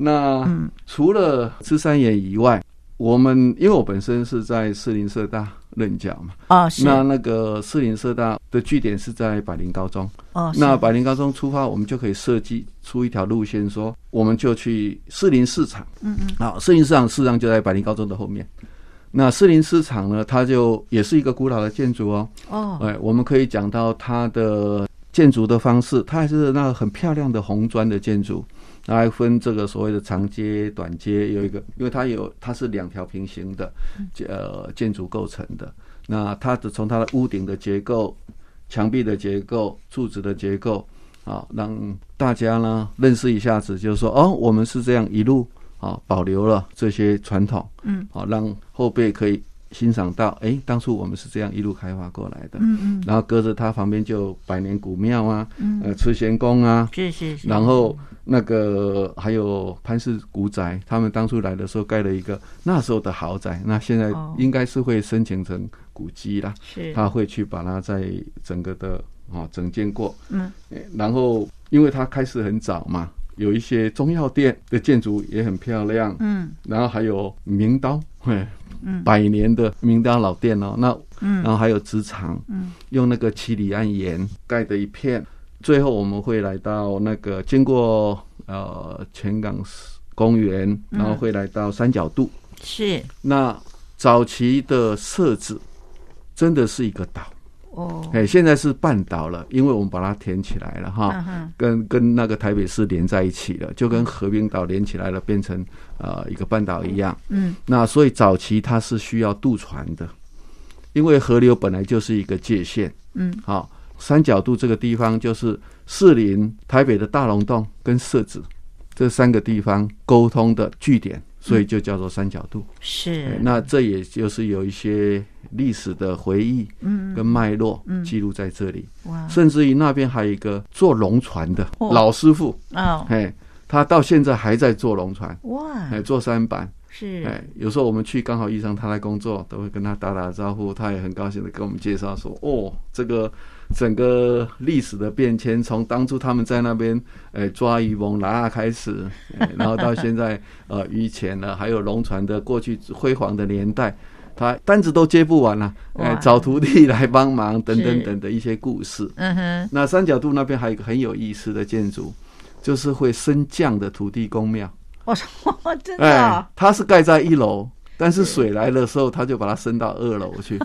[SPEAKER 2] 那
[SPEAKER 1] 嗯
[SPEAKER 2] 除了芝山岩以外，我们因为我本身是在士林社大任教嘛。
[SPEAKER 1] 哦，是
[SPEAKER 2] 那那个士林社大的据点是在百灵高中，
[SPEAKER 1] 哦，是
[SPEAKER 2] 那百灵高中出发，我们就可以设计出一条路线说，我们就去士林市场。嗯嗯，好，士林市场事实上就在百灵高中的后面。那士林市场呢，它就也是一个古老的建筑哦。
[SPEAKER 1] 哦，
[SPEAKER 2] 哎，我们可以讲到它的建筑的方式，它还是那很漂亮的红砖的建筑。那还分这个所谓的长街、短街，有一个，因为它有它是两条平行的呃建筑构成的。那它的从它的屋顶的结构、墙壁的结构、柱子的结构，啊，让大家呢认识一下子，就是说哦，我们是这样一路啊保留了这些传统，
[SPEAKER 1] 嗯，
[SPEAKER 2] 好、让后辈可以欣赏到，哎、当初我们是这样一路开发过来的。
[SPEAKER 1] 嗯嗯，
[SPEAKER 2] 然后隔着它旁边就有百年古庙啊，呃，慈贤宫啊，
[SPEAKER 1] 是是是，
[SPEAKER 2] 然后那个还有潘氏古宅，他们当初来的时候盖了一个那时候的豪宅，那现在
[SPEAKER 1] 哦
[SPEAKER 2] 应该是会申请成古迹啦，
[SPEAKER 1] 是
[SPEAKER 2] 他会去把它在整个的啊、哦、整建过，
[SPEAKER 1] 嗯
[SPEAKER 2] 诶，然后因为它开始很早嘛，有一些中药店的建筑也很漂亮，
[SPEAKER 1] 嗯
[SPEAKER 2] 然后还有名刀，嘿，
[SPEAKER 1] 嗯
[SPEAKER 2] 百年的名刀老店哦，那
[SPEAKER 1] 嗯
[SPEAKER 2] 然后还有职场，
[SPEAKER 1] 嗯，
[SPEAKER 2] 用那个七里岸岩盖的一片。最后我们会来到那个经过呃全港公园，
[SPEAKER 1] 嗯
[SPEAKER 2] 然后会来到三角渡。
[SPEAKER 1] 是
[SPEAKER 2] 那早期的设置真的是一个岛，
[SPEAKER 1] 哦，
[SPEAKER 2] 哎，现在是半岛了，因为我们把它填起来了哈。
[SPEAKER 1] 嗯哼
[SPEAKER 2] 跟跟那个台北市连在一起了，就跟和平岛连起来了，变成呃一个半岛一样。
[SPEAKER 1] 嗯
[SPEAKER 2] 那所以早期它是需要渡船的，因为河流本来就是一个界限。
[SPEAKER 1] 嗯
[SPEAKER 2] 好、三角渡这个地方就是士林、台北的大龙洞跟社子这三个地方沟通的据点，所以就叫做三角渡。哎
[SPEAKER 1] 是
[SPEAKER 2] 那这也就是有一些历史的回忆
[SPEAKER 1] 嗯
[SPEAKER 2] 跟脉络
[SPEAKER 1] 嗯
[SPEAKER 2] 记录在这里，
[SPEAKER 1] 哇
[SPEAKER 2] 甚至于那边还有一个做龙船的
[SPEAKER 1] 哦
[SPEAKER 2] 老师傅，
[SPEAKER 1] 哦
[SPEAKER 2] 哎，他到现在还在做龙船，
[SPEAKER 1] 哇
[SPEAKER 2] 哎，做舢板。
[SPEAKER 1] 是
[SPEAKER 2] 哎，有时候我们去刚好遇上他在工作，都会跟他打打招呼，他也很高兴的跟我们介绍说，哦，这个整个历史的变迁，从当初他们在那边哎抓渔翁拿啊开始、哎， 然后到现在呃渔钱呢，还有龙船的过去辉煌的年代。他单子都接不完了、
[SPEAKER 1] 哇，
[SPEAKER 2] 哎找徒弟来帮忙，等等
[SPEAKER 1] 是
[SPEAKER 2] 等的一些故事。
[SPEAKER 1] 嗯哼
[SPEAKER 2] 那三角渡那边还有一个很有意思的建筑，就是会升降的土地公庙。
[SPEAKER 1] 我说真的
[SPEAKER 2] 哎
[SPEAKER 1] 哦，
[SPEAKER 2] 它是盖在一楼，但是水来的时候，它就把它升到二楼 去，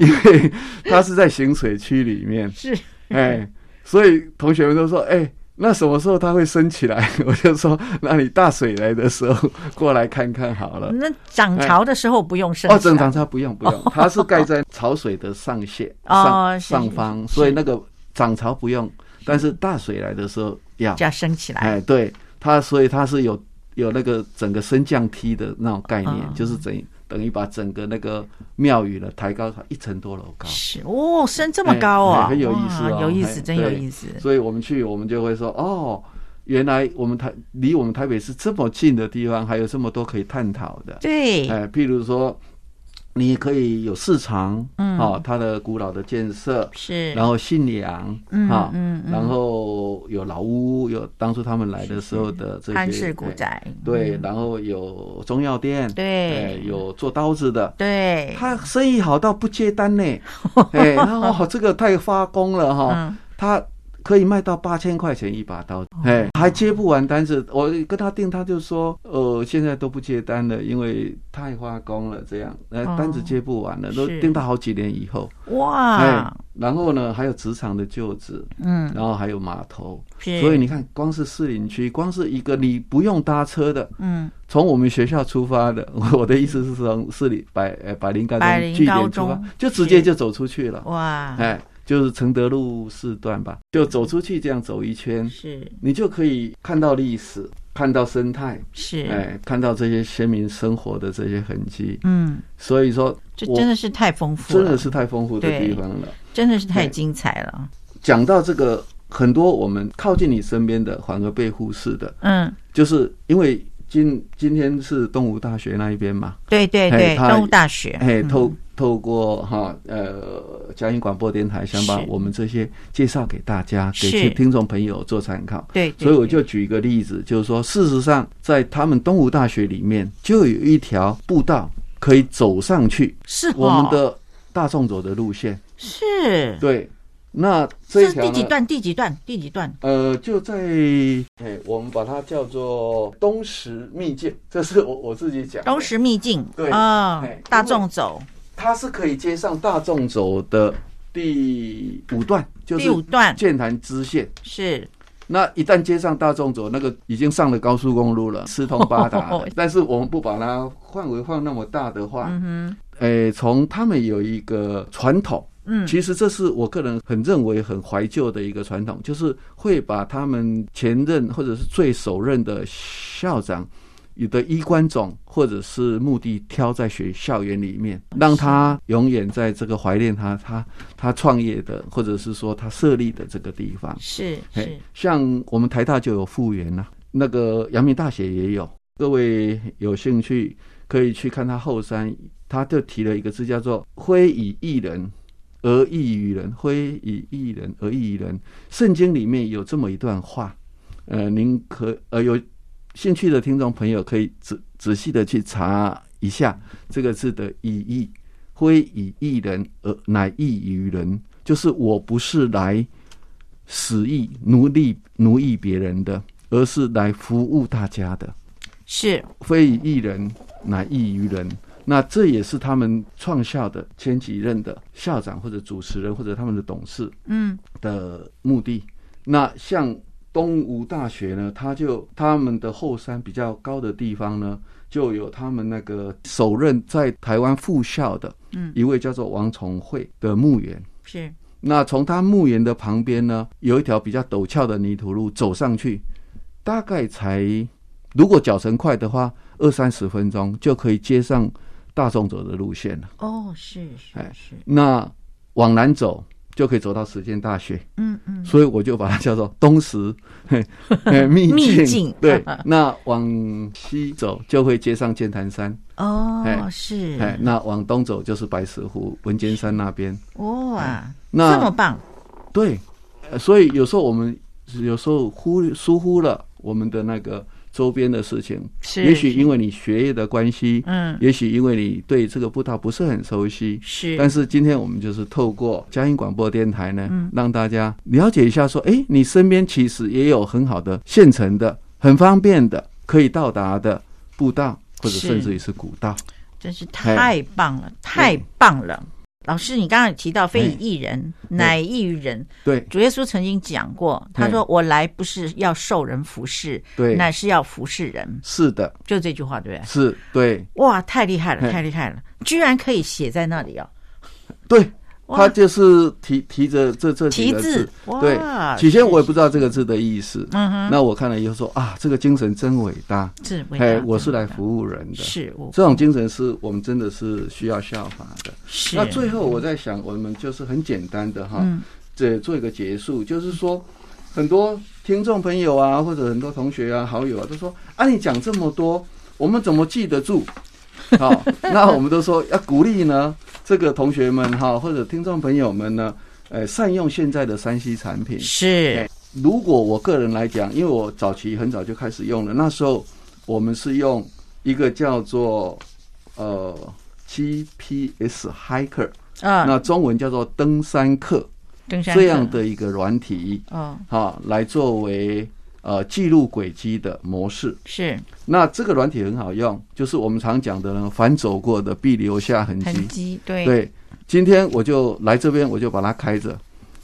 [SPEAKER 2] 因为它是在行水区 里面，
[SPEAKER 1] 是
[SPEAKER 2] 哎，所以同学们都说，哎。那什么时候它会升起来？ 我就说，那你大水来的时候过来看看好了。
[SPEAKER 1] 那涨潮的时候不用生
[SPEAKER 2] 哦，
[SPEAKER 1] 产
[SPEAKER 2] 正常它不用不用，它是盖在潮水的上线
[SPEAKER 1] 哦
[SPEAKER 2] 上
[SPEAKER 1] 是
[SPEAKER 2] 上
[SPEAKER 1] 是
[SPEAKER 2] 方，
[SPEAKER 1] 是
[SPEAKER 2] 所以那个涨潮不用，但是大水来的时候要。
[SPEAKER 1] 就要升起来，
[SPEAKER 2] 哎，对它，所以它是有有那个整个升降梯的那种概念，
[SPEAKER 1] 嗯
[SPEAKER 2] 就是等于等于把整个那个庙宇呢抬高一层多楼高。
[SPEAKER 1] 是哦，升这么高
[SPEAKER 2] 哎
[SPEAKER 1] 哦，
[SPEAKER 2] 哎很有意思哦
[SPEAKER 1] 哇有意
[SPEAKER 2] 哎
[SPEAKER 1] 思，真有
[SPEAKER 2] 对
[SPEAKER 1] 意思，
[SPEAKER 2] 所以我们去，我们就会说哦。原来我们台离我们台北市这么近的地方，还有这么多可以探讨的。
[SPEAKER 1] 对，
[SPEAKER 2] 哎，譬如说，你可以有市场，
[SPEAKER 1] 嗯
[SPEAKER 2] 哦，它的古老的建设，
[SPEAKER 1] 是，
[SPEAKER 2] 然后信仰，
[SPEAKER 1] 嗯
[SPEAKER 2] 啊，
[SPEAKER 1] 嗯嗯
[SPEAKER 2] 然后有老屋，有当初他们来的时候的这些
[SPEAKER 1] 嗯潘氏古
[SPEAKER 2] 哎
[SPEAKER 1] 宅，
[SPEAKER 2] 对，然后有中药店，哎
[SPEAKER 1] 嗯对
[SPEAKER 2] 有做刀子的，
[SPEAKER 1] 对，
[SPEAKER 2] 他生意好到不接 单呢，哎，然后这个太发功了哈，
[SPEAKER 1] 嗯哦
[SPEAKER 2] 他可以卖到八千块钱一把刀，哎，还接不完单子。我跟他定，他就说，呃，现在都不接单了，因为太发功了，这样，呃，
[SPEAKER 1] 哦
[SPEAKER 2] 单子接不完了，都
[SPEAKER 1] 是
[SPEAKER 2] 定到好几年以后，哎
[SPEAKER 1] 哇，，
[SPEAKER 2] 然后呢，还有职场的就职，
[SPEAKER 1] 嗯，
[SPEAKER 2] 然后还有码头，
[SPEAKER 1] 是，
[SPEAKER 2] 所以你看，光是士林区，光是一个你不用搭车的。
[SPEAKER 1] 嗯，
[SPEAKER 2] 从我们学校出发的， 我的意思是从市里百呃百灵高
[SPEAKER 1] 百
[SPEAKER 2] 中
[SPEAKER 1] 灵
[SPEAKER 2] 据点
[SPEAKER 1] 高
[SPEAKER 2] 出发
[SPEAKER 1] 中，
[SPEAKER 2] 就直接
[SPEAKER 1] 是
[SPEAKER 2] 就走出去了。
[SPEAKER 1] 哇，
[SPEAKER 2] 哎，就是承德路四段吧，就走出去这样走一圈，
[SPEAKER 1] 是
[SPEAKER 2] 你就可以看到历史，看到生态，
[SPEAKER 1] 是，
[SPEAKER 2] 哎，看到这些先民生活的这些痕迹。
[SPEAKER 1] 嗯，
[SPEAKER 2] 所以说，
[SPEAKER 1] 这
[SPEAKER 2] 我
[SPEAKER 1] 真的是太丰富
[SPEAKER 2] 真
[SPEAKER 1] 了，
[SPEAKER 2] 的是太丰富的
[SPEAKER 1] 对
[SPEAKER 2] 地方了。
[SPEAKER 1] 真的是太
[SPEAKER 2] 哎
[SPEAKER 1] 精彩了，
[SPEAKER 2] 讲到这个，很多我们靠近你身边的，反而被忽视的，
[SPEAKER 1] 嗯，
[SPEAKER 2] 就是因为今今天是东吴大学那一边嘛，
[SPEAKER 1] 对对
[SPEAKER 2] 哎
[SPEAKER 1] 对，
[SPEAKER 2] 他
[SPEAKER 1] 东吴大学，
[SPEAKER 2] 哎，
[SPEAKER 1] 嗯
[SPEAKER 2] 透透过哈呃，嘉音广播电台想把
[SPEAKER 1] 是
[SPEAKER 2] 我们这些介绍给大家，给
[SPEAKER 1] 是
[SPEAKER 2] 听听众朋友做参考。
[SPEAKER 1] 对，对
[SPEAKER 2] 所以我就
[SPEAKER 1] 对
[SPEAKER 2] 举一个例子，就是说，事实上在他们东吴大学里面就有一条步道可以走上去，
[SPEAKER 1] 是
[SPEAKER 2] 我们
[SPEAKER 1] 哦
[SPEAKER 2] 的大众走的路线。
[SPEAKER 1] 是，
[SPEAKER 2] 对，那这
[SPEAKER 1] 这
[SPEAKER 2] 一
[SPEAKER 1] 是
[SPEAKER 2] 条
[SPEAKER 1] 第
[SPEAKER 2] 呢
[SPEAKER 1] 几段？第几段？第几段？
[SPEAKER 2] 呃，就在哎，我们把它叫做东石秘境，这是我我自己讲的。
[SPEAKER 1] 东石秘境，
[SPEAKER 2] 对
[SPEAKER 1] 啊、
[SPEAKER 2] 哎
[SPEAKER 1] 大众走
[SPEAKER 2] 它是可以接上大众走的第五段，就
[SPEAKER 1] 第
[SPEAKER 2] 是
[SPEAKER 1] 五段
[SPEAKER 2] 剑潭支线。
[SPEAKER 1] 是
[SPEAKER 2] 那一旦接上大众走，那个已经上了高速公路了，四通 八达了。但是我们不把它范围放那么大的话，
[SPEAKER 1] 哦嗯
[SPEAKER 2] 诶、从他们有一个传统，
[SPEAKER 1] 嗯
[SPEAKER 2] 其实这是我个人很认为很怀旧的一个传统，就是会把他们前任或者是最首任的校长。有的衣冠冢或者是墓地挑在学校园里面，让他永远在这个怀念他他他创业的，或者是说他设立的这个地方。
[SPEAKER 1] 是
[SPEAKER 2] 嘿
[SPEAKER 1] 是，
[SPEAKER 2] 像我们台大就有复原呐、那个阳明大学也有，各位有兴趣可以去看他后山，他就提了一个字叫做“非以一人而异于人”，非以一人而异于人。圣经里面有这么一段话，呃，您可呃有兴趣的听众朋友可以仔仔细的去查一下这个字的意义。非以一人而乃异于人，就是我不是来使役奴隶奴役别人的，而是来服务大家的。
[SPEAKER 1] 是
[SPEAKER 2] 非以一人，乃异于人。那这也是他们创校的前几任的校长或者主持人或者他们的董事
[SPEAKER 1] 嗯
[SPEAKER 2] 的目的。那像东吴大学呢，它就他们的后山比较高的地方呢，就有他们那个首任在台湾复校的，
[SPEAKER 1] 嗯
[SPEAKER 2] 一位叫做王崇惠的墓园。
[SPEAKER 1] 是
[SPEAKER 2] 那从他墓园的旁边呢，有一条比较陡峭的泥土路，走上去大概才，如果脚程快的话，二三十分钟就可以接上大众走的路线了。
[SPEAKER 1] 哦是是
[SPEAKER 2] 哎
[SPEAKER 1] 是
[SPEAKER 2] 那往南走就可以走到实践大学，
[SPEAKER 1] 嗯嗯
[SPEAKER 2] 所以我就把它叫做东石嘿 嘿秘境。
[SPEAKER 1] 秘境
[SPEAKER 2] 对，那往西走就会接上剑潭山，
[SPEAKER 1] 哦
[SPEAKER 2] 哎
[SPEAKER 1] 是
[SPEAKER 2] 哎，那往东走就是白石湖文尖山那边。
[SPEAKER 1] 哇
[SPEAKER 2] 哎那
[SPEAKER 1] 这么棒
[SPEAKER 2] 对，呃所以有时候我们有时候忽略疏忽了我们的那个周边的事情，
[SPEAKER 1] 是
[SPEAKER 2] 也许因为你学业的关系，
[SPEAKER 1] 嗯
[SPEAKER 2] 也许因为你对这个步道不是很熟悉。
[SPEAKER 1] 是
[SPEAKER 2] 但是今天我们就是透过嘉音广播电台呢，
[SPEAKER 1] 嗯
[SPEAKER 2] 让大家了解一下，说，哎，你身边其实也有很好的现成的、很方便的、可以到达的步道，或者
[SPEAKER 1] 是
[SPEAKER 2] 甚至于是古道。
[SPEAKER 1] 真是
[SPEAKER 2] 哎
[SPEAKER 1] 太棒
[SPEAKER 2] 嗯
[SPEAKER 1] 了太棒了。老师，你刚刚有提到“
[SPEAKER 2] 哎
[SPEAKER 1] 非以一人，乃异于人
[SPEAKER 2] 对”。
[SPEAKER 1] 主耶稣曾经讲过，他说：“我来不是要受人服侍，
[SPEAKER 2] 哎对，
[SPEAKER 1] 乃是要服侍人。
[SPEAKER 2] 是的，”
[SPEAKER 1] 就这句话，对不对？
[SPEAKER 2] 是，哎对，
[SPEAKER 1] 哇，太厉害了，
[SPEAKER 2] 嘿
[SPEAKER 1] 太厉害了！居然可以写在那里哦，
[SPEAKER 2] 对，
[SPEAKER 1] 哇
[SPEAKER 2] 他就是提提着这这几
[SPEAKER 1] 题
[SPEAKER 2] 个字
[SPEAKER 1] 字，哇，
[SPEAKER 2] 对，起先我也不知道这个字的意思，
[SPEAKER 1] 啊嗯哼，
[SPEAKER 2] 那我看了以后说啊，这个精神真伟大，
[SPEAKER 1] 是伟
[SPEAKER 2] 哎
[SPEAKER 1] 大，，
[SPEAKER 2] 我是
[SPEAKER 1] 真的
[SPEAKER 2] 来服务人的，
[SPEAKER 1] 是我
[SPEAKER 2] 这种精神是我们真的是需要效法的。
[SPEAKER 1] 是
[SPEAKER 2] 那最后我在想，我们就是很简单的哈，
[SPEAKER 1] 嗯
[SPEAKER 2] 这做一个结束，就是说很多听众朋友啊，或者很多同学啊、好友啊，都说啊，你讲这么多，我们怎么记 得住？好、那我们都说要鼓励呢，这个同学们哈，或者听众朋友们呢，呃，善用现在的山西产品，
[SPEAKER 1] 是
[SPEAKER 2] 哎如果我个人来讲，因为我早期很早就开始用了，那时候我们是用一个叫做呃 GPS Hiker，、
[SPEAKER 1] 啊，
[SPEAKER 2] 那中文叫做登山客
[SPEAKER 1] 登山
[SPEAKER 2] 这样
[SPEAKER 1] 客
[SPEAKER 2] 的一个软体，
[SPEAKER 1] 哦，
[SPEAKER 2] 哈、来作为呃记录轨迹的模式。
[SPEAKER 1] 是
[SPEAKER 2] 那这个软体很好用，就是我们常讲的呢，凡走过的必留下痕迹。
[SPEAKER 1] 痕迹对
[SPEAKER 2] 对，今天我就来这边，我就把它开着，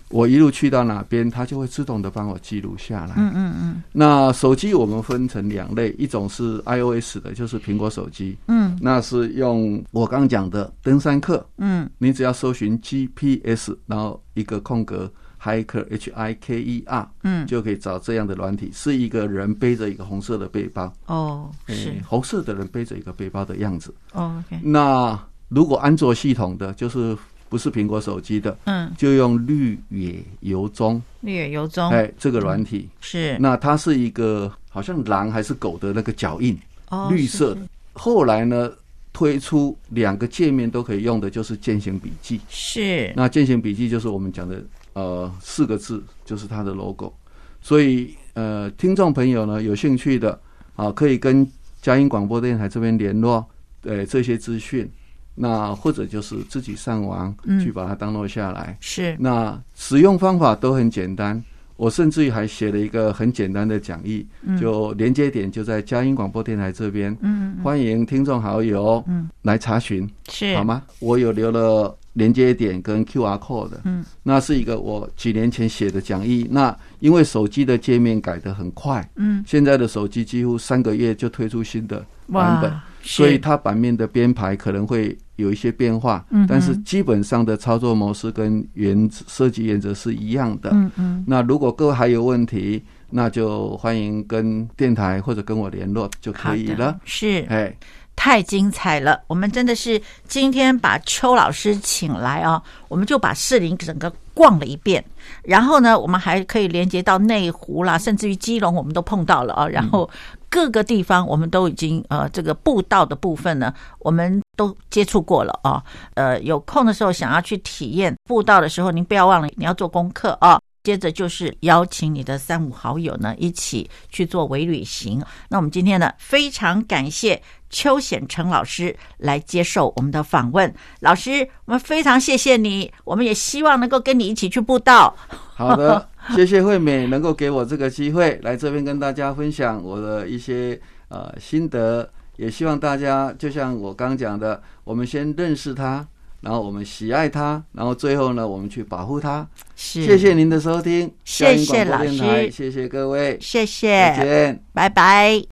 [SPEAKER 2] 我一路去到哪边，它就会自动的帮我记录下来。
[SPEAKER 1] 嗯嗯嗯
[SPEAKER 2] 那手机我们分成两类，一种是 iOS 的，就是苹果手机，
[SPEAKER 1] 嗯
[SPEAKER 2] 那是用我刚讲的登山客，
[SPEAKER 1] 嗯
[SPEAKER 2] 你只要搜寻 GPS，然后一个空格 hiker H I K E R，
[SPEAKER 1] 嗯
[SPEAKER 2] 就可以找这样的软体，是一个人背着一个红色的背包，
[SPEAKER 1] 哦是
[SPEAKER 2] 诶红色的人背着一个背包的样子。
[SPEAKER 1] 哦 OK
[SPEAKER 2] 那如果安卓系统的，就是不是苹果手机的，
[SPEAKER 1] 嗯，
[SPEAKER 2] 就用绿野游踪，
[SPEAKER 1] 绿野游踪
[SPEAKER 2] 哎，这个软体。
[SPEAKER 1] 是
[SPEAKER 2] 那它是一个好像狼还是狗的那个脚印，
[SPEAKER 1] 哦
[SPEAKER 2] 绿
[SPEAKER 1] 是
[SPEAKER 2] 色的。后来呢，推出两个界面都可以用的，就是践行笔记。
[SPEAKER 1] 是
[SPEAKER 2] 那践行笔记就是我们讲的呃四个字，就是它的 logo。所以呃，听众朋友呢有兴趣的啊，可以跟佳音广播电台这边联络，呃这些资讯。那或者就是自己上网
[SPEAKER 1] 嗯
[SPEAKER 2] 去把它 download 下来。
[SPEAKER 1] 是
[SPEAKER 2] 那使用方法都很简单，我甚至于还写了一个很简单的讲义，就连接点就在佳音广播电台这边，
[SPEAKER 1] 嗯
[SPEAKER 2] 欢迎听众好友来查询，
[SPEAKER 1] 是
[SPEAKER 2] 好吗？我有留了连接点跟 QR code 的，
[SPEAKER 1] 嗯，
[SPEAKER 2] 那是一个我几年前写的讲义。那因为手机的界面改得很快，
[SPEAKER 1] 嗯，
[SPEAKER 2] 现在的手机几乎三个月就推出新的版本，
[SPEAKER 1] 哇，
[SPEAKER 2] 所以
[SPEAKER 1] 是
[SPEAKER 2] 它版面的编排可能会有一些变化，
[SPEAKER 1] 嗯哼
[SPEAKER 2] 但是基本上的操作模式跟原设计原则是一样的。
[SPEAKER 1] 嗯嗯
[SPEAKER 2] 那如果各位还有问题，那就欢迎跟电台或者跟我联络就
[SPEAKER 1] 好
[SPEAKER 2] 可以
[SPEAKER 1] 的
[SPEAKER 2] 了。
[SPEAKER 1] 是
[SPEAKER 2] 哎，
[SPEAKER 1] 太精彩了！我们真的是今天把邱老师请来啊，我们就把士林整个逛了一遍，然后呢，我们还可以连接到内湖啦，甚至于基隆，我们都碰到了啊。然后各个地方我们都已经呃，这个步道的部分呢，我们都接触过了啊。呃，有空的时候想要去体验步道的时候，您不要忘了你要做功课啊。接着就是邀请你的三五好友呢，一起去做微旅行。那我们今天呢，非常感谢邱显成老师来接受我们的访问。老师，我们非常谢谢你，我们也希望能够跟你一起去步道。
[SPEAKER 2] 好的， 谢谢惠美能够给我这个机会来这边跟大家分享我的一些呃心得，也希望大家就像我刚讲的，我们先认识它，然后我们喜爱它，然后最后呢，我们去保护它。
[SPEAKER 1] 是
[SPEAKER 2] 谢谢您的收听，
[SPEAKER 1] 谢谢
[SPEAKER 2] 佳音广播电
[SPEAKER 1] 老
[SPEAKER 2] 台
[SPEAKER 1] 师
[SPEAKER 2] 谢谢各位，
[SPEAKER 1] 谢
[SPEAKER 2] 再
[SPEAKER 1] 谢，
[SPEAKER 2] 见。
[SPEAKER 1] 拜拜。